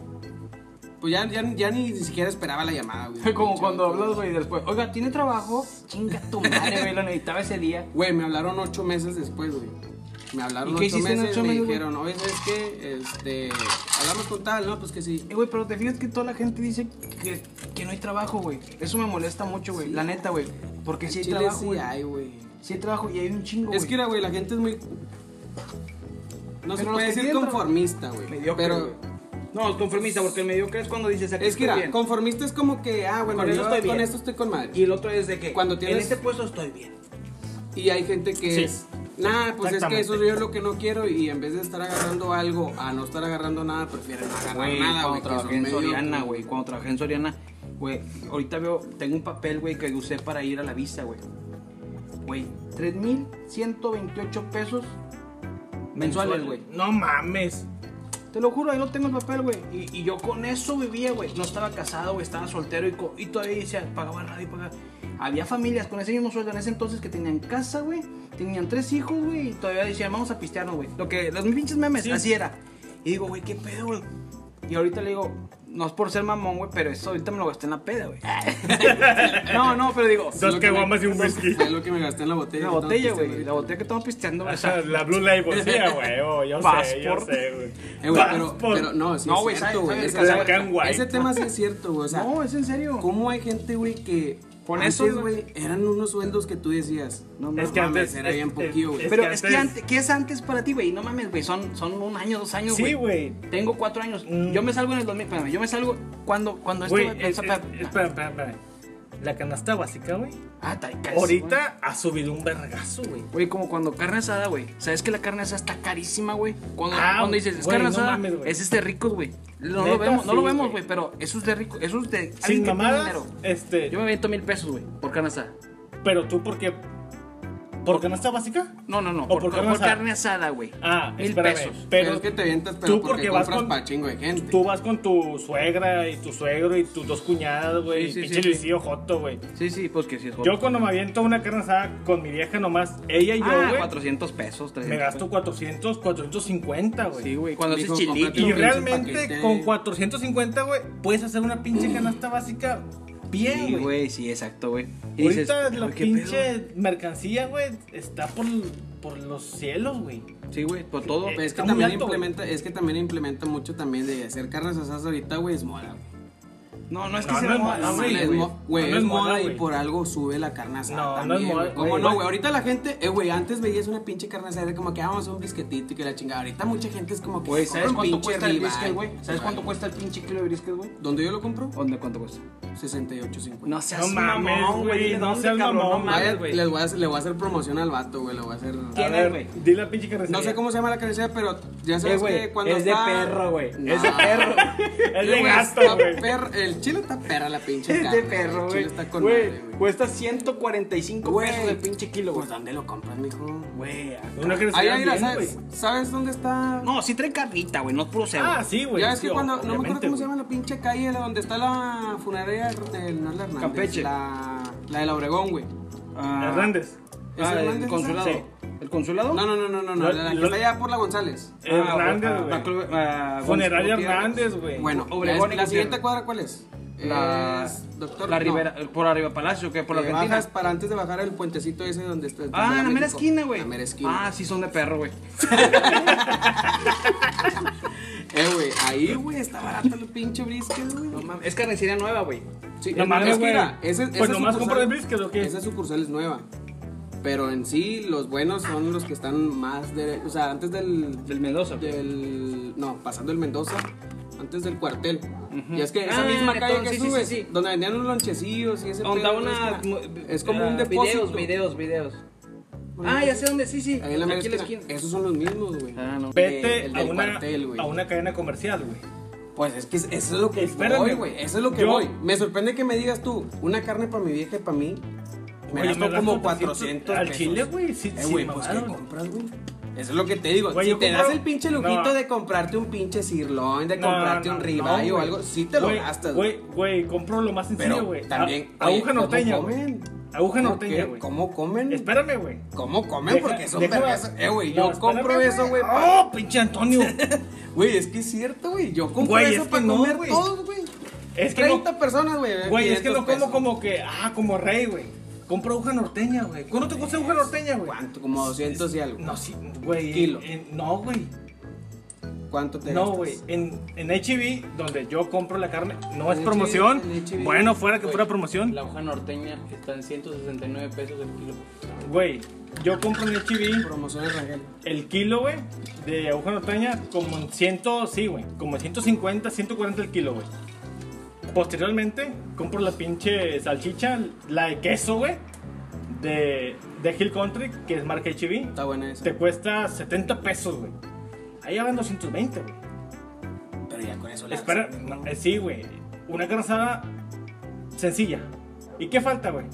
S4: Pues ya, ya, ya ni siquiera esperaba la llamada, güey.
S3: Como cuando hablas, güey, después. Oiga, ¿tiene trabajo? Chinga tu madre, güey, lo necesitaba ese día.
S4: Güey, me hablaron ocho meses después, güey. Me hablaron
S3: ¿Y qué
S4: ocho
S3: hiciste en
S4: meses
S3: ocho
S4: me
S3: meses, güey?
S4: dijeron, oye, es que, este, hablamos con tal, ¿no? Pues que sí.
S3: Eh, güey, pero te fijas que toda la gente dice que, que no hay trabajo, güey. Eso me molesta mucho, güey. La neta, güey. Porque sí hay
S4: Chile
S3: trabajo,
S4: sí
S3: güey.
S4: hay, güey.
S3: Sí hay trabajo y hay un chingo,
S4: Es que,
S3: güey.
S4: era, güey, la gente es muy... No se
S3: Pero
S4: puede
S3: los que
S4: decir
S3: tienen tra-
S4: conformista, güey.
S3: Mediocre,
S4: Pero...
S3: güey. No, conformista, porque el mediocre es cuando dices... aquí
S4: Es
S3: estoy
S4: que, era,
S3: bien.
S4: conformista es como que, ah, bueno,
S3: Con
S4: yo
S3: eso estoy
S4: con
S3: bien.
S4: esto estoy con madre.
S3: Y el otro es de que...
S4: Cuando tienes-
S3: En este puesto estoy bien.
S4: Y hay gente que
S2: Sí.
S4: es, nah, pues es que
S2: Exactamente.
S4: eso yo es lo que no quiero y en vez de estar agarrando algo a no estar agarrando nada, prefieren no agarrar
S3: Güey,
S4: nada,
S3: cuando
S4: güey. que
S3: trabajé
S4: son
S3: en
S4: mediocres.
S3: Soriana, güey. Cuando trabajé en Soriana, güey. Ahorita veo, tengo un papel, güey, que usé para ir a la visa, güey. Güey, 3.128 pesos mensuales, güey.
S2: No mames.
S3: Te lo juro, ahí lo tengo el papel, güey. Y, y yo con eso vivía, güey. No estaba casado, güey, estaba soltero y, co- y todavía decía, pagaba radio y pagaba. Había familias con ese mismo sueldo en ese entonces que tenían casa, güey. Tenían tres hijos, güey. Y todavía decían, vamos a pistearnos, güey. Lo que, los pinches memes,
S2: Sí.
S3: así era. Y digo, güey, qué pedo, güey. Y ahorita le digo, no es por ser mamón, güey, pero eso ahorita me lo gasté en la peda, güey. no, no, pero digo,
S4: Es lo
S2: Dos
S4: que me-
S2: caguamas y un whisky.
S4: Fue lo que me gasté en la botella.
S3: la
S4: que estaba
S3: botella,
S4: pisteando
S3: güey. La
S4: ahorita.
S3: botella que estamos pisteando, güey. o sea,
S2: La Blue Label, sí, a huevo, oh, yo sé, yo
S3: Passport.
S2: sé, güey.
S4: Eh, güey, pero,
S2: Passport.
S4: pero no, sí
S3: No,
S4: es
S3: güey,
S4: cierto,
S3: sabe- sabe
S4: güey. Ese,
S3: que
S4: tema-
S2: sacan guay.
S4: ese tema sí es cierto, güey. O sea,
S3: no, es en serio.
S4: ¿cómo hay gente, güey, que
S3: Con
S4: antes,
S3: esos,
S4: güey, eran unos sueldos que tú decías? No,
S2: Es
S4: mames,
S2: que antes-
S4: era
S2: es-
S4: bien
S2: es-
S4: poquillo, güey.
S2: es-
S3: Pero
S2: que
S3: es que
S2: antes-
S3: antes, ¿qué es antes para ti, güey? No mames, güey, son, son un año, dos años, güey.
S2: Sí, güey.
S3: Tengo cuatro años.
S2: Mm.
S3: Yo me salgo en el 2000, espérame, yo me salgo cuando, cuando
S2: Güey,
S3: esto...
S2: es- es- espera, espera, espera. La canasta básica, güey.
S3: ah, tal, casi, güey.
S2: Ahorita ha subido un vergazo, güey.
S3: Güey, como cuando carne asada, güey. ¿Sabes que la carne asada está carísima, güey? Cuando,
S2: Ah,
S3: cuando dices, es
S2: güey, no
S3: carne asada,
S2: mames, güey.
S3: ese es de ricos, güey. No
S2: Neta,
S3: lo vemos, no
S2: sí,
S3: lo vemos,
S2: güey.
S3: güey, pero eso es de rico, eso es de...
S2: Sin
S3: alguien que tiene
S2: mamadas,
S3: dinero.
S2: este,
S3: Yo me aviento mil pesos, güey, por carne asada.
S2: pero tú porque ¿Por canasta básica?
S3: No, no, no.
S2: ¿O
S3: Por,
S2: por
S3: por
S2: carne
S3: carne,
S2: asada?
S3: asada, güey.
S2: Ah,
S3: Mil
S2: espérame,
S3: pesos.
S4: Pero,
S2: Pero
S4: es que te vientas, pero
S2: tú
S4: porque,
S2: porque vas
S4: compras
S2: con-
S4: pa' chingo de gente.
S2: tú vas con tu suegra y tu suegro y tus dos cuñadas, güey.
S3: Sí, sí,
S2: y pinche
S3: sí, sí.
S2: Luisillo Joto, güey.
S3: Sí, sí, pues que sí es
S2: Yo cuando me aviento una carne asada con mi vieja nomás, ella y yo,
S3: Ah,
S2: güey,
S3: 400 pesos, 300.
S2: me gasto 400, 450, güey.
S3: Sí, güey. Cuando
S4: Mijo,
S3: haces chilito.
S4: cómprate
S2: Y
S4: un-
S2: realmente
S4: paquete.
S2: con 450, güey, puedes hacer una pinche canasta básica
S3: Sí,
S2: bien, güey.
S3: güey, sí, exacto, güey. Y dices,
S2: Ahorita la
S3: "Ay, qué pedo".
S2: pinche mercancía, güey, está por, por los cielos, güey.
S3: Sí, güey, pues por todo.
S2: Eh,
S4: Pero Pues es
S2: está
S4: que
S2: muy
S4: también
S2: alto, güey.
S4: implementa, es que también implementa mucho también de hacer carnes asadas ahorita, güey, es moda, güey.
S3: No, no es que
S2: no,
S3: sea
S2: Ah, no es
S3: moda,
S2: moda,
S4: No,
S3: güey.
S2: sí,
S4: es mo- güey,
S2: No, no
S4: es
S2: es moda,
S4: moda y
S2: güey.
S4: por algo sube la carne asada.
S2: No, no es
S4: también,
S2: moda,
S4: güey. ¿Cómo
S2: güey.
S4: no, güey? Ahorita la gente, eh, güey, antes veías una pinche carne asada como que ah, vamos a un bisquetito y que la chingada. Ahorita mucha gente es como que.
S3: Güey,
S4: se
S3: ¿sabes
S4: compra un
S3: cuánto
S4: pinche
S3: cuesta el
S4: ribeye,
S3: brisket, güey? ¿Sabes
S4: ribeye.
S3: cuánto cuesta el pinche kilo de brisket, güey?
S4: ¿Dónde yo lo compro?
S3: ¿Dónde cuánto cuesta?
S4: 68.50.
S3: No
S2: No
S3: seas
S2: mames,
S3: mamón,
S2: güey,
S3: güey.
S2: no
S3: ¿dónde,
S2: seas
S3: cabrón?
S2: mamón,
S3: No mames,
S4: Vaya,
S3: güey.
S4: les voy a hacer- le voy a hacer promoción al vato, güey. Le voy a hacer.
S3: ¿Qué?
S2: A
S3: ¿Quién
S2: ver,
S3: es, güey?
S2: di la pinche carne
S4: No sé cómo se llama la carnicera, pero ya
S3: Eh,
S4: sabes
S3: güey,
S4: que cuando
S3: es de
S4: está-
S3: perro, güey.
S4: No.
S3: Es de perro.
S2: Es de
S4: Eh, güey,
S2: gasto,
S4: está
S2: güey.
S4: per- El chile está perra la pinche
S3: Es de
S4: carne,
S3: perro,
S4: El
S3: güey.
S4: chile está con madre,
S3: Güey,
S4: güey.
S3: cuesta 145 pesos el pinche kilo, güey. Ah,
S4: Pues ¿dónde lo compras, mijo?
S3: Güey, acá.
S2: Una
S4: Ahí,
S2: carnicería
S4: ahí, mira,
S2: bien,
S4: ¿sabes,
S2: güey.
S4: ¿sabes dónde está?
S3: No, sí trae carnita, güey, no es puro cebo.
S2: Ah, sí, güey.
S4: ya es que
S2: sí,
S4: cuando, no me acuerdo
S2: obviamente,
S4: cómo se
S2: güey.
S4: llama la pinche calle la donde está la funeraria del no es la Hernández,
S3: Campeche.
S4: La, la del Obregón, güey.
S3: Ah,
S2: Hernández.
S4: ¿Es
S3: Ah,
S4: Hernández
S3: el
S4: esa?
S3: consulado.
S4: Sí.
S3: ¿El consulado?
S4: No, no, no, no, no,
S2: Lo-
S4: no, la que
S2: lo-
S4: está allá por la González.
S2: Hernández,
S3: ah,
S2: güey.
S3: ah, Club- ah,
S2: Funeraria
S3: Gonzalo
S2: Hernández, güey.
S4: Bueno,
S3: Obregón
S4: la,
S3: y
S4: la siguiente
S3: Gutiérrez.
S4: cuadra, ¿cuál es?
S3: La,
S4: Es doctor
S3: la
S4: no,
S3: Rivera, por arriba Palacio, que por
S4: Por
S3: las
S4: eh,
S3: ventajas.
S4: bajas para antes de bajar el puentecito ese donde está. donde
S3: Ah,
S4: va
S3: la mera
S4: México.
S3: esquina, güey.
S4: La mera esquina.
S3: Ah, sí, son de perro, güey.
S4: Eh, güey, ahí, güey, está barato el pinche brisket, güey.
S3: No mames, es carnicería nueva, güey.
S4: Sí,
S2: No
S4: es-
S2: mames,
S4: es que
S2: güey.
S4: mira, ese-
S2: Pues
S4: esa
S2: nomás
S4: sucursal-
S2: compra el brisket, ¿o qué?
S4: Esa sucursal es nueva. Pero en sí, los buenos son los que están más de. O sea, antes del.
S3: Del Mendoza. güey.
S4: del- no, pasando el Mendoza, antes del cuartel. Y es que esa
S3: Ah,
S4: misma
S3: neta,
S4: calle que
S3: sí, sí,
S4: subes,
S3: sí, sí.
S4: donde vendían unos lonchecillos y ese
S3: Donde
S4: pedo,
S3: una-
S4: ¿no? Es como
S3: ah,
S4: un depósito.
S3: Videos, videos, videos.
S4: Bueno,
S3: Ah, ya sé dónde, sí, sí.
S4: Ahí en la mera
S3: Aquí en la
S4: esquina.
S3: esquina.
S4: Esos son los mismos, güey.
S3: Ah, no.
S4: De-
S2: Vete
S4: el
S2: a,
S4: del
S2: una,
S4: cuartel, güey.
S2: a una cadena comercial, güey.
S4: Pues es que eso es lo que
S2: Espérame.
S4: voy, güey. Eso es lo que
S2: Yo-
S4: voy. Me sorprende que me digas tú, una carne para mi vieja y para mí. Me
S2: Oye,
S4: gastó
S2: me
S4: como
S2: gasto
S4: 400
S2: al
S4: pesos.
S2: chile, güey, sí,
S4: Eh,
S2: sí,
S4: güey, pues ¿qué
S2: mamaron.
S4: compras, güey? Eso es lo que te digo.
S2: Güey,
S4: si
S2: yo
S4: te
S2: compro-
S4: das el pinche lujito
S2: No.
S4: de comprarte un pinche sirloin, de
S2: No,
S4: comprarte
S2: no,
S4: un
S2: no,
S4: ribeye o
S2: güey.
S4: algo, sí te lo
S2: Güey,
S4: gastas,
S2: Güey, güey, compro lo más sencillo,
S4: Pero
S2: güey.
S4: también,
S2: A-
S4: oye,
S2: aguja
S4: ¿cómo
S2: norteña, güey.
S4: comen?
S2: Aguja
S4: ¿Por
S2: norteña,
S4: qué?
S2: güey.
S4: ¿Cómo comen?
S2: Espérame, güey.
S4: ¿Cómo comen?
S2: Deja-
S4: Porque son
S2: deja-
S4: vergas. Eh, güey,
S2: No,
S4: yo compro
S2: espérame,
S4: eso, güey. pa-
S2: ¡Oh, pinche Antonio!
S4: Güey, es que es cierto, güey. Yo compro
S2: Güey,
S4: eso
S2: es que
S4: para
S2: no,
S4: comer
S2: güey.
S4: todos, güey.
S2: Es que
S4: 30
S2: no,
S4: personas, güey.
S2: güey, es que
S4: 500
S2: no como
S4: pesos.
S2: como que, ah, como rey, güey. Compro aguja norteña, güey. ¿Cuándo te cuesta aguja norteña, güey?
S4: ¿Cuánto? Como 200 y algo.
S2: No, sí, güey.
S4: Kilo.
S2: en- no, güey.
S4: ¿Cuánto te
S2: No,
S4: gastas?
S2: güey. En, en HB, donde yo compro la carne, no es
S4: En
S2: promoción.
S4: H-E-B, en H-E-B.
S2: Bueno, fuera que
S1: Güey,
S2: fuera promoción.
S1: La hoja norteña está en 169 pesos el kilo.
S2: Güey, yo compro en HB
S4: Promociones Rangel.
S2: el kilo, güey, de aguja norteña, como en 100, sí, güey. Como en 150, 140 el kilo, güey. Posteriormente, compro la pinche salchicha, la de queso, güey, de, de Hill Country, que es marca HB.
S4: Está buena esa.
S2: Te cuesta 70 pesos, güey. Ahí ya van 220, güey.
S4: Pero ya con eso le
S2: Espera,
S4: haces,
S2: no, eh, sí, güey. Una carne asada sencilla. ¿Y qué falta, güey?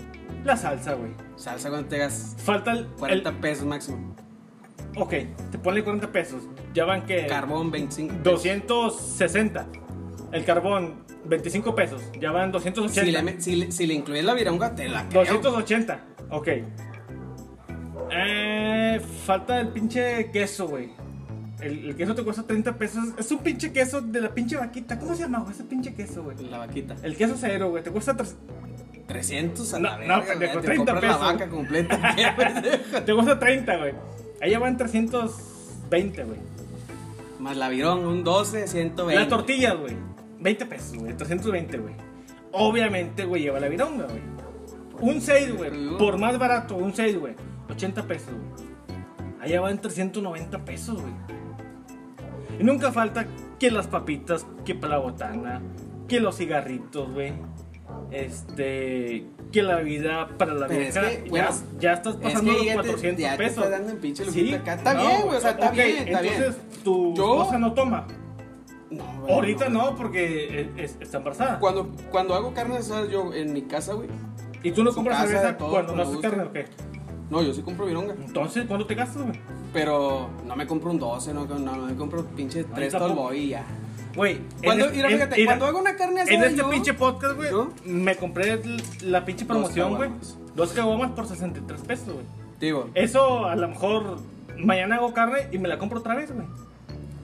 S2: La salsa, güey.
S4: Salsa cuando te hagas
S2: Falta el.
S4: 40
S2: el-
S4: pesos máximo.
S2: ok, te ponle 40 pesos. Ya van que.
S4: Carbón 25. pesos.
S2: 260. El carbón, 25 pesos. Ya van
S4: Si
S2: 280.
S4: le, me- si, le, si le incluyes la vironga, te la creo.
S2: 280. Ok. Eh, falta el pinche queso, güey. El, el queso te cuesta 30 pesos. Es un pinche queso de la pinche vaquita. ¿Cómo se llama, güey? Ese pinche queso, güey.
S4: La vaquita.
S2: El queso cero, güey. Te cuesta tres-
S4: 300 a
S2: No,
S4: la
S2: no,
S4: verga,
S2: pendejo,
S4: güey, te
S2: 30
S4: compras
S2: pesos.
S4: la vaca completa. ¿qué, pendejo?
S2: Te cuesta 30, güey. Allá van 320, güey.
S4: Más la virón, un 12, 120.
S2: Las tortillas, güey. 20 pesos, güey. 320, güey. Obviamente, güey, lleva la vironga, güey. Un 6, güey. Por más barato, un 6, güey. 80 pesos, güey. Allá van 390 pesos, güey. Y nunca falta que las papitas, que para la botana, que los cigarritos, güey. Este, que la vida para la
S4: Pero es
S2: vieja,
S4: que,
S2: ya-
S4: bueno,
S2: ya, estás
S4: es
S2: pasando
S4: que ya te-
S2: los 400
S4: ya te
S2: pesos.
S4: está dando en pinche lujito acá. Está bien, güey, o sea, está
S2: ok,
S4: bien, está bien.
S2: entonces, tu
S4: Yo-
S2: esposa no toma.
S4: No, güey,
S2: Ahorita no, porque eh, es- está embarazada.
S4: Cuando, cuando hago carne asada yo en mi casa, güey,
S2: ¿Y tú no
S4: su
S2: compras
S4: casa,
S2: cerveza
S4: todo,
S2: cuando no
S4: cuando
S2: haces
S4: guste.
S2: carne o qué?
S4: No, yo sí compro vironga.
S2: Entonces, ¿cuándo te gastas, güey?
S4: Pero no me compro un 12, no, no, no me compro pinche 3
S2: tampoco.
S4: Tallboy y ya.
S2: Güey,
S4: Cuando,
S2: en es-
S4: mira,
S2: en-
S4: fíjate,
S2: en-
S4: cuando hago una carne asada.
S2: En este
S4: yo-
S2: pinche podcast, güey,
S4: ¿Yo?
S2: me compré el- la pinche promoción, güey.
S4: caguamas.
S2: Dos caguamas por 63 pesos, güey.
S4: Digo,
S2: Eso a lo mejor mañana hago carne y me la compro otra vez, güey.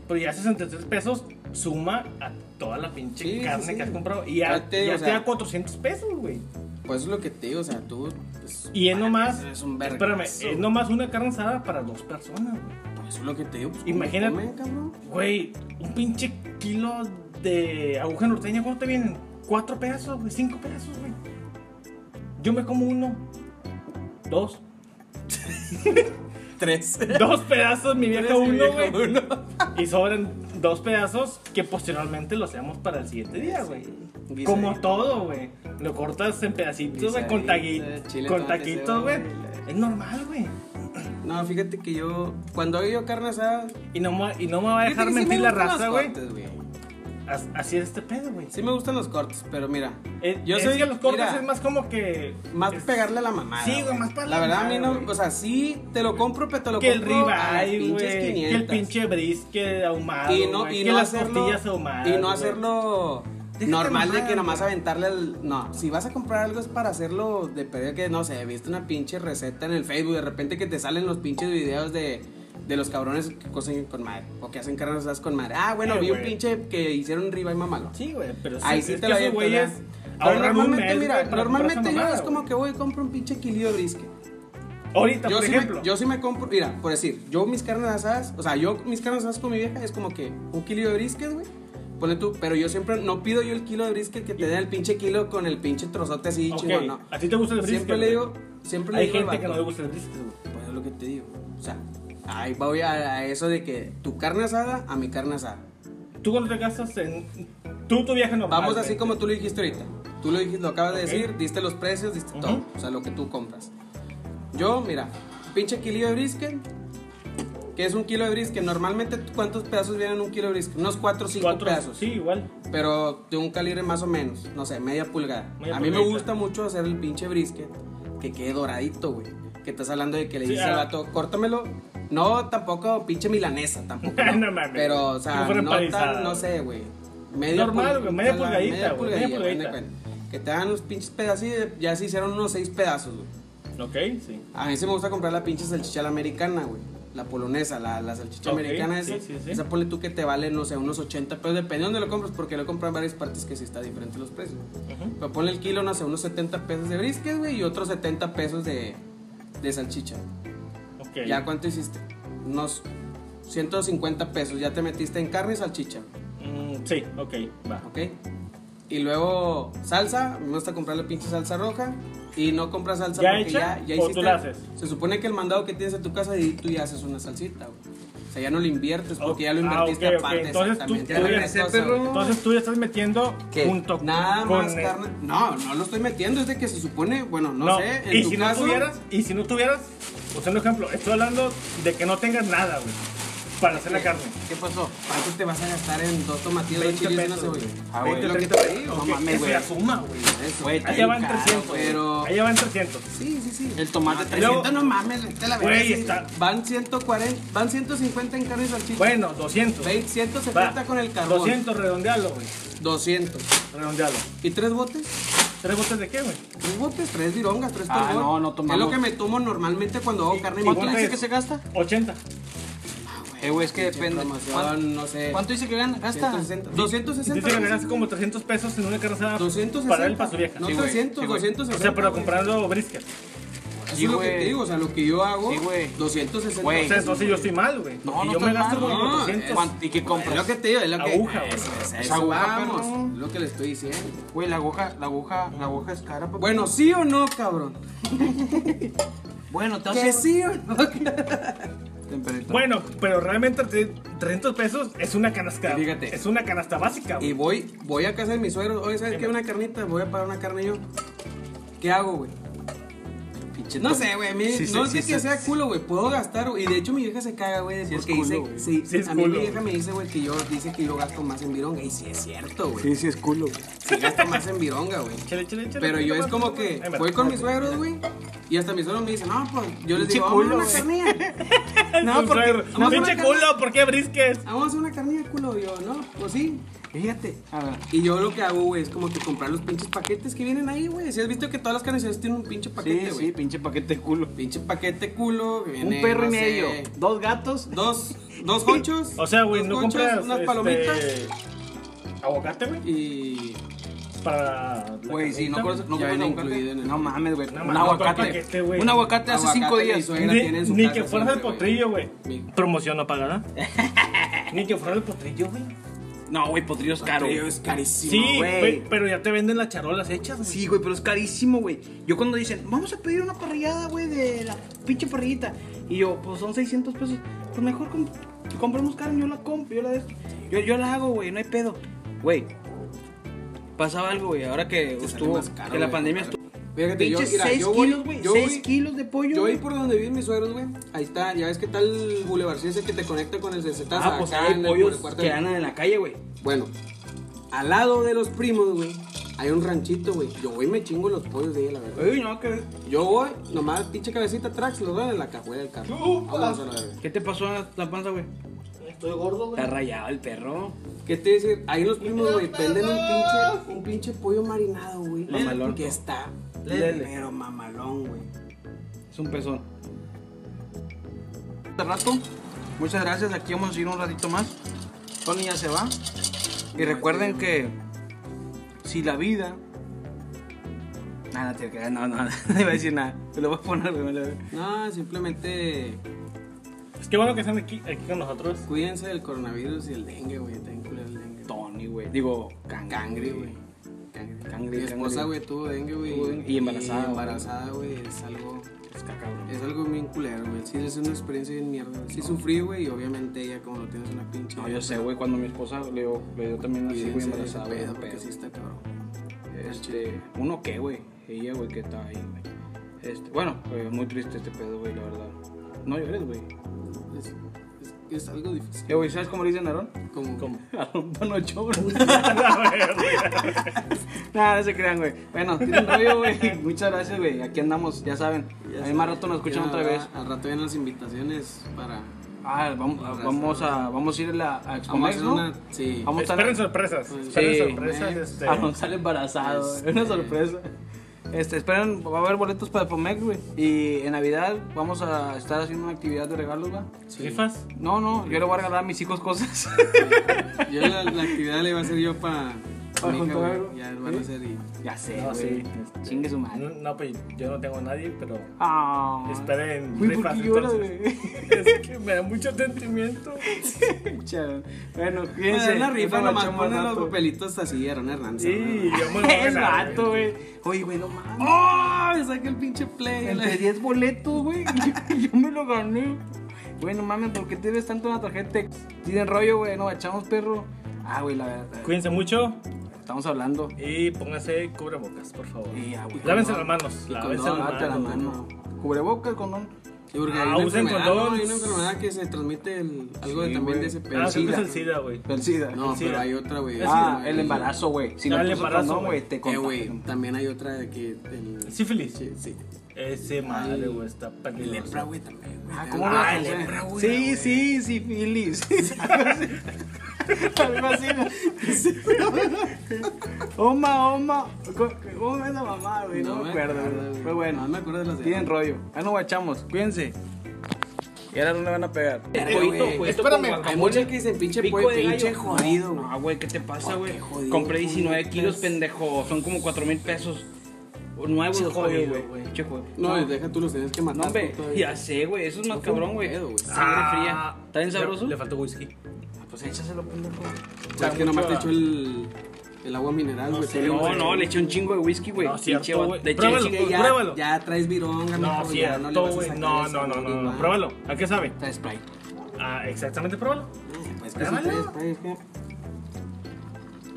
S2: Pero ya 63 pesos suma a toda la pinche
S4: Sí, sí,
S2: carne
S4: sí.
S2: que has comprado. Y ya,
S4: Ya te-
S2: ya
S4: o
S2: te
S4: sea-
S2: da 400 pesos, güey.
S4: pues es lo que te digo, o sea, tú. pues,
S2: Y es nomás.
S4: es un vergazo.
S2: espérame, es nomás una carne asada para dos personas, güey.
S4: pues es lo que te digo. Pues,
S2: Imagínate.
S4: comen, cabrón.
S2: Güey, un pinche kilo de aguja norteña, ¿cuánto te vienen? Cuatro pedazos, güey, cinco pedazos, güey. Yo me como uno, dos,
S4: Tres.
S2: dos pedazos, mi vieja
S4: Tres y
S2: uno,
S4: vieja
S2: güey.
S4: uno.
S2: Y sobran dos pedazos que posteriormente los hacemos para el siguiente día, güey.
S4: Guisadito.
S2: Como todo, güey. Lo cortas en pedacitos, güey, con, tagui-
S4: Guisadito, chile,
S2: con
S4: tomate,
S2: taquitos, güey.
S4: cebolla.
S2: Es normal, güey.
S4: No, fíjate que yo. Cuando hago yo carne asada.
S2: Y no, me- y no me va a dejar
S4: fíjate que sí
S2: mentir
S4: me
S2: la
S4: gustan los
S2: raza, güey.
S4: cortes, güey.
S2: As- Así es este pedo, güey.
S4: Sí me gustan los cortes, pero mira.
S2: Eh,
S4: yo
S2: es
S4: soy
S2: que los cortes
S4: mira,
S2: es más como que.
S4: Más
S2: es-
S4: pegarle a la mamada.
S2: Sí, güey, más para
S4: La
S2: la
S4: verdad, a mí
S2: mamada,
S4: no.
S2: güey.
S4: O sea, sí te lo compro, pero te lo
S2: Que el
S4: compro. a las
S2: ribeye, güey.
S4: pinches
S2: Que el
S4: 500.
S2: pinche brisket ahumado.
S4: y no,
S2: güey,
S4: y
S2: que
S4: no
S2: las
S4: hacerlo,
S2: costillas ahumadas.
S4: y no
S2: güey.
S4: hacerlo
S2: Déjate
S4: normal de
S2: mamar,
S4: que nomás aventarle al no si vas a comprar algo es para hacerlo de perder que no sé viste una pinche receta en el Facebook de repente que te salen los pinches videos de de los cabrones que cocinan con madre o que hacen carnes asadas con madre ah bueno
S2: Eh,
S4: vi un
S2: güey.
S4: pinche que hicieron riba y mamalo
S2: Sí, güey, pero sí.
S4: Ahí sí
S2: es
S4: te
S2: que
S4: la
S2: esos güeyes
S4: avientan, ¿eh? Pero
S2: ahorran un
S4: normalmente,
S2: mes,
S4: mira,
S2: güey, para comprar esa
S4: normalmente yo
S2: mamada,
S4: es como
S2: güey.
S4: que voy y compro un pinche kilillo de brisket.
S2: Ahorita,
S4: Yo
S2: por
S4: sí,
S2: ejemplo.
S4: me, yo sí me compro, mira, por decir, yo mis carnes asadas, o sea, yo mis carnes asadas con mi vieja es como que un kilo de brisket, güey. Ponle tú, pero yo siempre no pido yo el kilo de brisket que te den el pinche kilo con el pinche trozote así
S2: Ok,
S4: chingón, no.
S2: ¿A ti te gusta el brisket?
S4: Siempre le
S2: güey?
S4: digo, siempre le
S2: Hay
S4: digo al
S2: gente que no
S4: vato,
S2: le gusta el brisket, güey.
S4: Pues es lo que te digo. O sea, ahí voy a, a eso de que tu carne asada a mi carne asada.
S2: Tú cuando te casas en. Tú tu viaje normal.
S4: Vamos
S2: güey.
S4: así como tú lo dijiste ahorita. Tú lo, dijiste, lo acabas
S2: Ok.
S4: de decir, diste los precios, diste
S2: Ujú.
S4: todo. O sea, lo que tú compras. Yo, mira, pinche kilo de brisket. Que es un kilo de brisket. Normalmente, ¿cuántos pedazos vienen en un kilo de brisket? Unos 4 o 5
S2: Cuatro
S4: pedazos.
S2: Sí, igual.
S4: Pero de un calibre más o menos. No sé, media pulgada.
S2: Media
S4: a mí me
S2: pulgadita.
S4: gusta mucho hacer el pinche brisket. Que quede doradito, güey. Que estás hablando de que le
S2: Sí,
S4: dices
S2: ah.
S4: al vato, córtamelo. No, tampoco pinche milanesa, tampoco.
S2: No mames.
S4: Pero, o
S2: Que
S4: sea,
S2: fuera
S4: no,
S2: empanizada.
S4: tan, no sé, güey.
S2: Normal,
S4: pul-
S2: güey, media pulgadita,
S4: o sea, media
S2: güey, media
S4: pulgadita,
S2: pulgadita.
S4: haz de cuenta. Que te hagan los pinches pedacitos, ya se hicieron unos seis pedazos, güey.
S2: Ok, sí.
S4: A mí sí me gusta comprar la pinche salchicha a la americana, güey. La polonesa, la, la salchicha
S2: Ok,
S4: americana
S2: sí,
S4: esa.
S2: sí, sí.
S4: Esa ponle tú que te vale, no sé, unos 80 pesos, depende de dónde lo compras, porque lo compran en varias partes que sí está diferente los precios.
S2: Ujú.
S4: Pero ponle el kilo, no sé, unos 70 pesos de brisket, güey, y otros 70 pesos de, de salchicha.
S2: Ok.
S4: ¿Ya cuánto hiciste? Unos 150 pesos, ya te metiste en carne y salchicha.
S2: Mm, sí, ok, va.
S4: ¿ok? Y luego salsa, me gusta comprar la pinche salsa roja y no compras salsa
S2: ¿Ya
S4: porque
S2: hecha?
S4: ya, ya
S2: ¿O tú la haces?
S4: Se supone que el mandado que tienes en tu casa y tú ya haces una salsita, güey. O sea, ya no lo inviertes porque
S2: Oh,
S4: ya lo
S2: ah,
S4: invertiste
S2: ok, ok.
S4: aparte.
S2: Entonces tú-
S4: exactamente.
S2: tú
S4: Ya la
S2: ya-
S4: receta,
S3: ese perro-
S4: güey.
S2: Entonces tú ya estás metiendo
S4: ¿Qué?
S2: junto
S4: Nada
S2: con
S4: más
S2: el-
S4: carne. No, no lo estoy metiendo, es de que se supone, bueno, no, sé, en
S2: y
S4: tu
S2: si
S4: caso,
S2: no tuvieras, y si no tuvieras, usando ejemplo, estoy hablando de que no tengas nada, güey, para hacer la carne.
S4: ¿Qué pasó? ¿Cuánto te vas a gastar en dos tomatillos, dos
S2: 20
S4: chiles y una
S2: pesos, güey.
S4: cebolla?
S3: Ah, güey.
S4: Es lo que
S2: 30
S4: te digo,
S2: Ok,
S4: no mames,
S2: esa es
S4: güey.
S2: la suma, güey.
S4: Eso,
S3: Güey,
S4: está
S2: Allá
S4: bien
S2: van
S4: caro,
S2: 300, güey.
S4: pero-
S2: Allá van 300.
S4: Sí, sí, sí.
S3: El tomate
S4: No,
S3: tres-
S4: 300 no mames, vete a la
S2: Güey,
S4: verga, sí.
S2: está-
S4: Van 140, van 150 en carne y salchicha.
S2: Bueno, 200.
S4: Ve- 170
S2: Va.
S4: con el carbón.
S2: 200, redondealo, güey.
S4: 200.
S2: Redondealo.
S4: ¿Y tres botes?
S2: ¿Tres botes de qué, güey?
S4: Tres botes, tres virongas, tres
S3: Ah,
S4: tolbots.
S3: no, no tomamos.
S4: Es lo que me tomo normalmente cuando hago carne y
S2: ¿Cuánto
S3: ¿Cuánto
S4: mole.
S2: es?
S3: dice que se gasta?
S2: 80.
S3: Eh, güey, es que
S4: Pinche
S3: depende.
S4: promoción,
S3: ¿Cuánto-
S4: no sé.
S3: ¿Cuánto dice que gana- gasta?
S4: 160.
S2: Entonces
S4: 260.
S2: te ganaste como 300 pesos en una carne asada
S4: 260.
S2: para él, para su vieja.
S4: No,
S3: Sí, güey,
S4: 300,
S3: sí, güey.
S4: 260.
S2: o sea, pero
S4: güey.
S2: comprando brisket.
S4: Eso
S3: Sí,
S4: es lo que
S3: güey.
S4: te digo, o sea, lo que yo hago,
S3: Sí, güey.
S4: 260.
S3: Güey.
S2: O sea, entonces yo estoy mal, güey.
S3: No,
S2: y
S3: no
S2: yo me
S3: estás
S2: gasto
S3: mal,
S2: como
S4: no,
S2: 400.
S4: es-
S3: ¿Y qué compras?
S4: Es lo que te digo, es lo que.
S2: Aguja, güey.
S4: Eso, eso,
S3: Es
S4: eso,
S3: aguja,
S4: vamos.
S3: perro.
S4: Lo que le estoy diciendo.
S3: Güey, la aguja, la aguja, la aguja es cara. papá.
S4: Bueno, ¿sí o no, cabrón?
S3: bueno, te
S4: ¿Que
S3: hace.
S4: sí o no?
S3: Temperito.
S2: Bueno, pero realmente tre- 300 pesos es una canasta.
S4: Y fíjate.
S2: Es una canasta básica.
S4: Y
S2: güey.
S4: voy, voy a casa de mis suegros. Oye, ¿sabes qué? Una carnita. Voy a pagar una carne yo. ¿Qué hago, güey?
S3: Pinche
S4: No
S3: tom-
S4: sé, güey. a mí-
S3: Sí, sí,
S4: no
S3: sí,
S4: sé
S3: sí,
S4: que
S3: sí.
S4: sea culo, güey. Puedo gastar, güey. Y de hecho, mi vieja se caga, güey.
S3: Sí es
S4: Porque
S3: culo,
S4: dice.
S3: güey.
S4: Sí,
S2: Sí es
S4: a mí
S2: culo,
S4: mi vieja
S2: güey.
S4: me dice, güey, que yo, dice que yo gasto más en vironga. Y sí es cierto, güey.
S3: Sí, sí, es culo. güey.
S4: Sí gasto más en vironga, güey.
S2: Chale, chale, chale,
S4: Pero yo
S2: toma,
S4: es como
S2: toma.
S4: que
S2: Ahí va.
S4: voy con mis suegros, güey. Y hasta mis suegros me dicen, no, pues yo les
S3: Pinche
S4: digo, vamos a
S3: culo,
S4: una
S3: güey".
S4: carnilla.
S2: No, porque.
S4: no,
S2: No, pinche
S4: no, no.
S2: culo, ¿por qué brisques?
S4: Ah, Vamos a hacer una carnilla, culo. Y yo, no, pues sí.
S3: Fíjate. A ver.
S4: Y yo lo que hago, güey, es como que comprar los pinches paquetes que vienen ahí, güey. Si has visto que todas las carnicerías tienen un pinche
S3: Sí,
S4: paquete, güey.
S3: sí, pinche paquete de culo.
S4: Pinche paquete culo. que viene,
S3: Un perro y
S4: no sé,
S3: medio, dos gatos.
S4: Dos, dos conchos.
S2: O sea, güey,
S4: dos
S2: no
S4: conchos,
S2: compras.
S4: Unas
S2: este,
S4: palomitas
S2: Aguacate, güey.
S4: y.
S2: Para. la
S3: Güey, sí, no
S2: carnita.
S3: conoces, no conoces
S4: Ya viene
S3: aguacate.
S4: incluido en el-
S3: No mames, güey.
S2: No
S3: un
S2: mames, no,
S3: aguacate.
S2: paquete, güey.
S3: un aguacate hace
S4: Aguacate
S3: cinco
S4: y
S3: días.
S4: suegra tiene en
S2: Ni,
S4: su
S2: ni
S4: casa
S2: que fueras el
S4: siempre, güey.
S2: potrillo, güey.
S4: Mi-
S2: Promoción no pagada. ni que fueras el potrillo, güey.
S3: No, güey, potrillo es caro.
S4: Creo es carísimo.
S2: Sí,
S3: güey.
S2: güey, pero ya te venden las charolas hechas, güey.
S3: Sí, güey, pero es carísimo, güey. Yo cuando dicen, vamos a pedir una parrillada, güey, de la pinche parrillita. Y yo, pues son 600 pesos. Pues mejor comp compramos carne, yo la compro, yo la de- yo, yo la hago, güey, no hay pedo. Güey, pasaba algo, güey, ahora que
S4: Te sale
S3: estuvo,
S4: más caro,
S3: que la
S4: güey,
S3: pandemia
S4: compadre.
S3: estuvo.
S4: Fíjate, yo,
S3: Pinche
S4: mira,
S3: 6
S4: yo voy-
S3: kilos, güey,
S4: yo
S3: 6
S4: voy-
S3: kilos de pollo,
S4: Yo voy
S3: güey.
S4: por donde viven mis suegros, güey. Ahí está, ya ves que tal Boulevard sí ese que te conecta con el CZ.
S3: Ah, pues hay pollos que andan en la calle, güey.
S4: Bueno, al lado de los primos, güey, hay un ranchito, güey. Yo voy y me chingo los pollos de ahí, la verdad.
S3: Uy, no, que...
S4: Yo voy, nomás pinche cabecita tracks, los doy en la cajuela del carro. Vámonos a la verga.
S3: ¿Qué te pasó a la panza, güey?
S5: Estoy gordo, güey.
S3: Está rayado el perro.
S4: ¿Qué te dice? Ahí los primos, güey, venden un pinche, un pinche pollo marinado, güey.
S3: Mamalón.
S4: Que está.
S3: Lele.
S4: Pero mamalón, güey.
S3: Es un pezón. Este rato, muchas gracias. Aquí vamos a ir un ratito más. Tony ya se va. Y recuerden que si la vida. Nada, no, te creas, no, no, no iba a decir nada. Te lo voy a poner, güey, me lo-
S4: No, simplemente
S2: Es que bueno que están aquí, aquí con nosotros.
S4: cuídense del coronavirus y el dengue, güey. Está bien culero el dengue.
S3: Tony, güey. Digo,
S4: Cangre,
S3: cangre,
S4: güey.
S3: Cangre,
S4: Mi esposa,
S3: cangre.
S4: güey, tuvo dengue,
S3: Tuvo
S4: güey.
S3: dengue. Y embarazada, güey.
S4: embarazada, güey. Es algo.
S3: Es cabrón.
S4: Es algo bien culero, güey. Sí, es una experiencia bien mierda. güey. Sí sufrí, güey, y obviamente ella como lo tienes una pinche...
S3: No, Ah, yo sé, güey, cuando mi esposa le dio, le dio también así, güey,
S4: Cuídense de
S3: embarazada,
S4: ese
S3: güey,
S4: pedo,
S3: de
S4: porque
S3: pedo.
S4: sí está cabrón.
S3: Este, uno qué, güey. Ella, güey, que está ahí, güey. Este, bueno, eh, muy triste este pedo, güey, la verdad. No llores, güey.
S4: Es, es- es algo difícil.
S3: Eh, güey, ¿sabes cómo le dicen a Aarón?
S4: Como,
S3: Aarón Panocho, bro. Nada, no se crean, güey. Bueno, tienen rollo, güey. Muchas gracias, güey. Aquí andamos, ya saben. A
S4: Ya
S3: más
S4: saben.
S3: rato nos escuchan
S4: Ya,
S3: otra vez.
S4: Al rato vienen las invitaciones para...
S3: Ah, vamos, a- vamos, a, vamos a ir a, la- a
S4: Vamos a
S3: Excomex,
S4: hacer
S3: ¿no?
S4: una... Sí.
S3: Vamos a
S2: Esperen
S3: estar...
S2: sorpresas.
S4: Sí.
S2: Esperen sorpresas. Este,
S3: Aarón sale embarazado, güey.
S4: Este-
S3: Una sorpresa. Este, esperen, va a haber boletos para Excomex, güey. Y en Navidad vamos a estar haciendo una actividad de regalos, güey.
S2: ¿Rifas?
S3: No, no, yo le voy a regalar a mis hijos cosas.
S4: Yo la, la actividad la iba a hacer yo para...
S3: Para juntar algo.
S4: Ya lo van a hacer y...
S3: ya sé,
S2: No,
S3: güey.
S2: sí.
S4: este,
S3: Chingue su
S2: No,
S3: madre.
S2: no, pues yo no tengo a nadie, pero
S3: Ah.
S2: esperen
S3: Uy, ¿por
S2: rifas.
S3: qué llora,
S2: entonces.
S3: güey?
S2: es que me da mucho sentimiento.
S3: Chao. Bueno,
S4: Bueno,
S3: fíjense.
S4: una rifa nomás ponen los
S3: rato.
S4: papelitos así, Aaron Hernández.
S2: Sí, yo me lo voy a
S3: Es
S2: ganar,
S3: gato, güey. Oye, güey, no mames.
S4: ¡Oh! Me saqué el pinche play.
S3: Entre 10 boletos, güey. Yo, yo me lo gané. Güey, no mames, ¿por qué te ves tanto en la tarjeta? Tienen rollo, güey. No, echamos perro. Ah, güey, la verdad.
S2: Cuídense mucho
S3: Estamos hablando.
S2: y pónganse cubrebocas, por favor.
S3: Y ya, güey,
S2: Lávense las
S3: condón.
S2: manos.
S4: Y
S2: Lávense
S4: condón,
S2: las
S3: Date la
S2: manos.
S3: mano. Cubrebocas, condón.
S4: Y porque hay
S2: Ah,
S4: una
S2: usen
S4: enfermedad,
S2: condón.
S4: ¿no? Hay una enfermedad que se transmite el- algo de-
S3: Sí,
S4: también
S3: güey.
S4: de ese
S2: Ah, creo que es
S4: pedo.
S2: el SIDA, güey.
S3: Persida.
S4: No,
S2: Sí,
S4: pero
S2: la-
S4: hay otra, güey.
S3: Ah,
S4: Sí,
S3: el embarazo, güey. Si
S2: Ah,
S3: no
S2: el
S3: puso
S2: embarazo,
S3: condón, güey,
S2: güey.
S3: te
S4: Eh,
S3: contagian.
S4: güey, también hay otra de que... El...
S2: Sífilis.
S4: Sí, sí.
S2: Ese madre, güey, está
S4: El
S2: peligroso.
S4: lepra, güey, también, güey.
S3: Ah, ¿cómo
S4: Ah,
S3: lo
S4: el
S3: hacen?
S4: lepra, güey.
S3: Sí, sí, sí, Filis. Algo así. Oma, oma. ¿Cómo es la mamá,
S4: Eh,
S3: güey? No, me acuerdo. güey.
S4: güey.
S3: Pero
S4: No
S3: bueno,
S4: me acuerdo de las de...
S3: tienen rollo. Ah, no guachamos. Cuídense. Y ahora no le van a pegar.
S4: Pero,
S1: Pollito,
S4: güey,
S3: pues,
S1: pollito
S5: espérame,
S1: con
S4: Hay
S1: guacamole.
S4: muchos que dicen pinche
S1: Pico
S4: pollo,
S1: de
S4: pinche
S1: gallo.
S4: jodido, güey.
S3: No, güey, ¿qué te pasa,
S4: Oh,
S3: güey?
S4: qué jodido,
S3: Compré 19
S4: puñetas.
S3: kilos, pendejo. Son como 4 mil pesos. Nuevos,
S2: Che,
S3: jodido,
S2: jodido,
S3: güey.
S2: güey.
S3: Che, jodido.
S4: No, y deja tú los tenías que
S3: No,
S4: matar.
S3: hombre,
S4: tú todavía.
S3: ya sé, güey, eso es más
S4: No fue
S3: cabrón,
S4: un
S3: güey.
S4: pedo, güey.
S3: Sangre
S2: Ah,
S3: fría. ¿Está bien
S2: le-
S3: sabroso?
S2: Le faltó whisky.
S3: Pues échaselo, pendejo.
S4: Es que
S2: mucho
S4: nomás te
S2: a-
S4: echó el... El agua mineral, güey.
S2: sé,
S4: pero-
S3: No,
S2: güey.
S3: no, le eché un chingo de whisky, güey.
S2: No,
S3: Pinche
S2: cierto,
S3: bat-
S2: güey.
S3: Le eché
S2: Pruébalo.
S4: Que ya,
S2: Pruébalo.
S4: ya traes vironga,
S2: No,
S4: mijo, ya le
S2: cierto,
S4: vas a
S2: güey.
S4: sacar
S2: No, no,
S4: el
S2: no,
S4: sabor,
S2: no,
S4: ni
S2: no.
S4: más.
S2: Pruébalo. ¿A qué sabe?
S3: Está Sprite.
S2: Ah, exactamente, pruébalo.
S4: Pues que sí traes,
S2: Pruébalo.
S4: traes, ¿qué?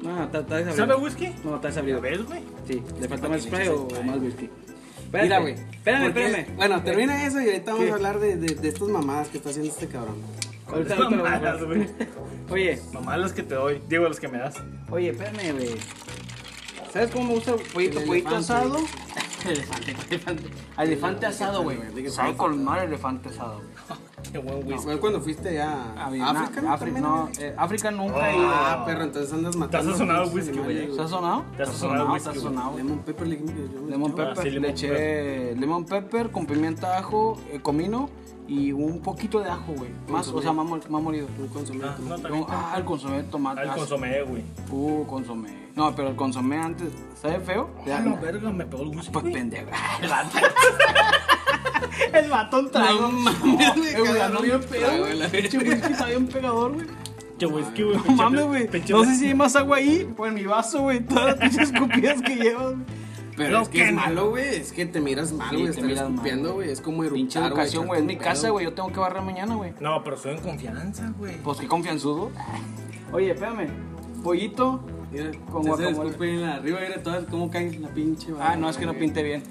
S3: No, está, está desabrido.
S2: ¿Sabe a whisky?
S3: No, está
S2: ¿Ya
S3: desabrido.
S2: ves, güey?
S3: Sí, le falta más Sprite o o más whisky. Espérate,
S4: Mira, güey.
S3: Espérame,
S4: porque-
S3: espérame.
S4: Bueno, termina eso y ahorita vamos a hablar de, de, de estas mamadas que está haciendo este cabrón.
S3: Ahorita, ahorita lo voy a
S2: Mamadas,
S3: hablar.
S2: güey.
S3: Oye,
S2: Mamadas las que te doy. Digo, las que me das.
S3: oye, espérame, güey. ¿Sabes cómo me gusta el pollito?
S4: El
S3: Pollito
S4: elefante.
S3: asado Elefante, elefante. Elefante asado, güey. Sabe colmar elefante asado, güey.
S2: Qué buen
S4: No,
S2: whisky.
S4: fue cuando fuiste ya
S3: A
S4: a
S3: Vietnam.
S4: África, ¿no?
S3: Ah, África,
S4: También,
S3: no.
S4: ¿no?
S3: eh, África nunca he ido.
S4: Ah, perro, entonces andas matando.
S2: sazonado
S4: pinches
S2: whisky, güey.
S4: animales,
S3: ¿Te ha sonado?
S2: Te ha sonado,
S3: ¿Te ha
S2: whisky, Ah,
S3: sonado? güey.
S4: Lemon pepper le dijimos que yo-
S3: Lemon
S4: yo-
S3: pepper,
S2: sí, lemon
S3: le eché lemon pepper con pimienta ajo, eh, comino y un poquito de ajo, güey. Más, o sea, más, mol- más molido.
S4: Un consomé.
S2: Ah, no, también
S3: Yo,
S2: con-
S3: ah, el consomé de tomate.
S2: al
S3: ah,
S2: consomé, güey.
S3: Uh, consomé. No, pero el consomé antes, ¿sabe feo?
S2: A la Ah, verga, me pegó el whisky.
S3: Ah, Pues
S2: güey.
S3: pendejo. El vato. el vato trago.
S4: No mames,
S3: Eh, güey,
S4: me cagaron
S3: bien
S4: un
S3: pedo,
S4: trago,
S3: güey.
S4: la
S3: Pinche whisky está bien pegador, güey.
S2: Qué whisky, güey.
S3: No mames, güey.
S2: pinche-
S3: No sé si hay más agua ahí o en mi vaso, güey. Todas las pinches escupidas que llevas. güey.
S4: Pero
S2: No,
S4: es que es
S2: que no.
S4: malo, güey. Es que te miras mal,
S3: Sí,
S4: güey.
S3: te
S4: Estar
S3: miras mal,
S4: escupiendo,
S3: güey.
S4: güey. Es como eructar,
S3: Pinche educación,
S4: echarte
S3: güey. Es
S4: un
S3: mi
S4: pedo,
S3: casa, güey. Yo tengo que barrer mañana, güey.
S2: No, pero soy en confianza, güey.
S3: Pues qué confianzudo. Oye, espérame. Pollito.
S4: Mira,
S3: Con
S4: te hace
S3: guacamole.
S4: escupir en la- arriba, mira todas cómo cae la pinche.
S3: Ah,
S4: barra,
S3: no, es que no
S4: güey.
S3: pinté bien.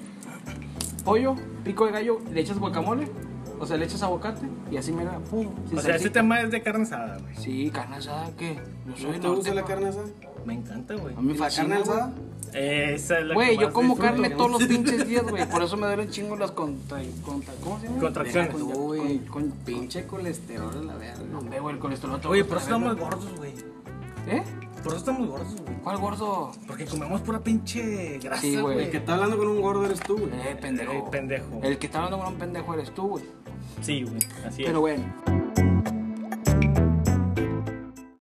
S3: Pollo, pico de gallo, le echas guacamole. O sea, le echas aguacate y así me da. Pum, sin
S2: O sea, este
S3: salsita.
S2: tema es de carne asada, güey.
S3: Sí, carne asada, ¿qué? Yo soy
S4: ¿No te
S3: norte,
S4: gusta la
S3: pa.
S4: carne asada?
S2: Me encanta, güey.
S3: A mí me
S4: ¿La carne
S3: fascina, güey.
S4: asada?
S2: Esa es la que
S3: Güey, yo
S2: más
S3: como
S2: disfruto.
S3: carne
S4: ¿no?
S3: todos los pinches días, güey. Por eso me duelen chingo las contra... contra ¿Cómo se llama?
S2: Contracciones.
S4: Deja
S3: Con,
S4: tú,
S3: con,
S4: güey.
S3: con pinche.
S4: Pinche colesterol, a la verga.
S3: Hombre, güey, el colesterol. te
S2: Oye,
S3: gusta
S2: por eso
S3: la
S2: estamos
S3: verga.
S2: gordos, güey.
S3: ¿Eh?
S2: Por eso estamos gordos, güey.
S3: ¿Cuál gordo?
S2: Porque comemos pura pinche grasa,
S3: Sí, güey.
S2: güey.
S4: El que está hablando con un gordo eres tú, güey.
S3: Eh, pendejo.
S2: Eh, pendejo.
S3: El que está hablando con un pendejo eres tú, güey.
S2: Sí, güey. Así es.
S3: Pero bueno.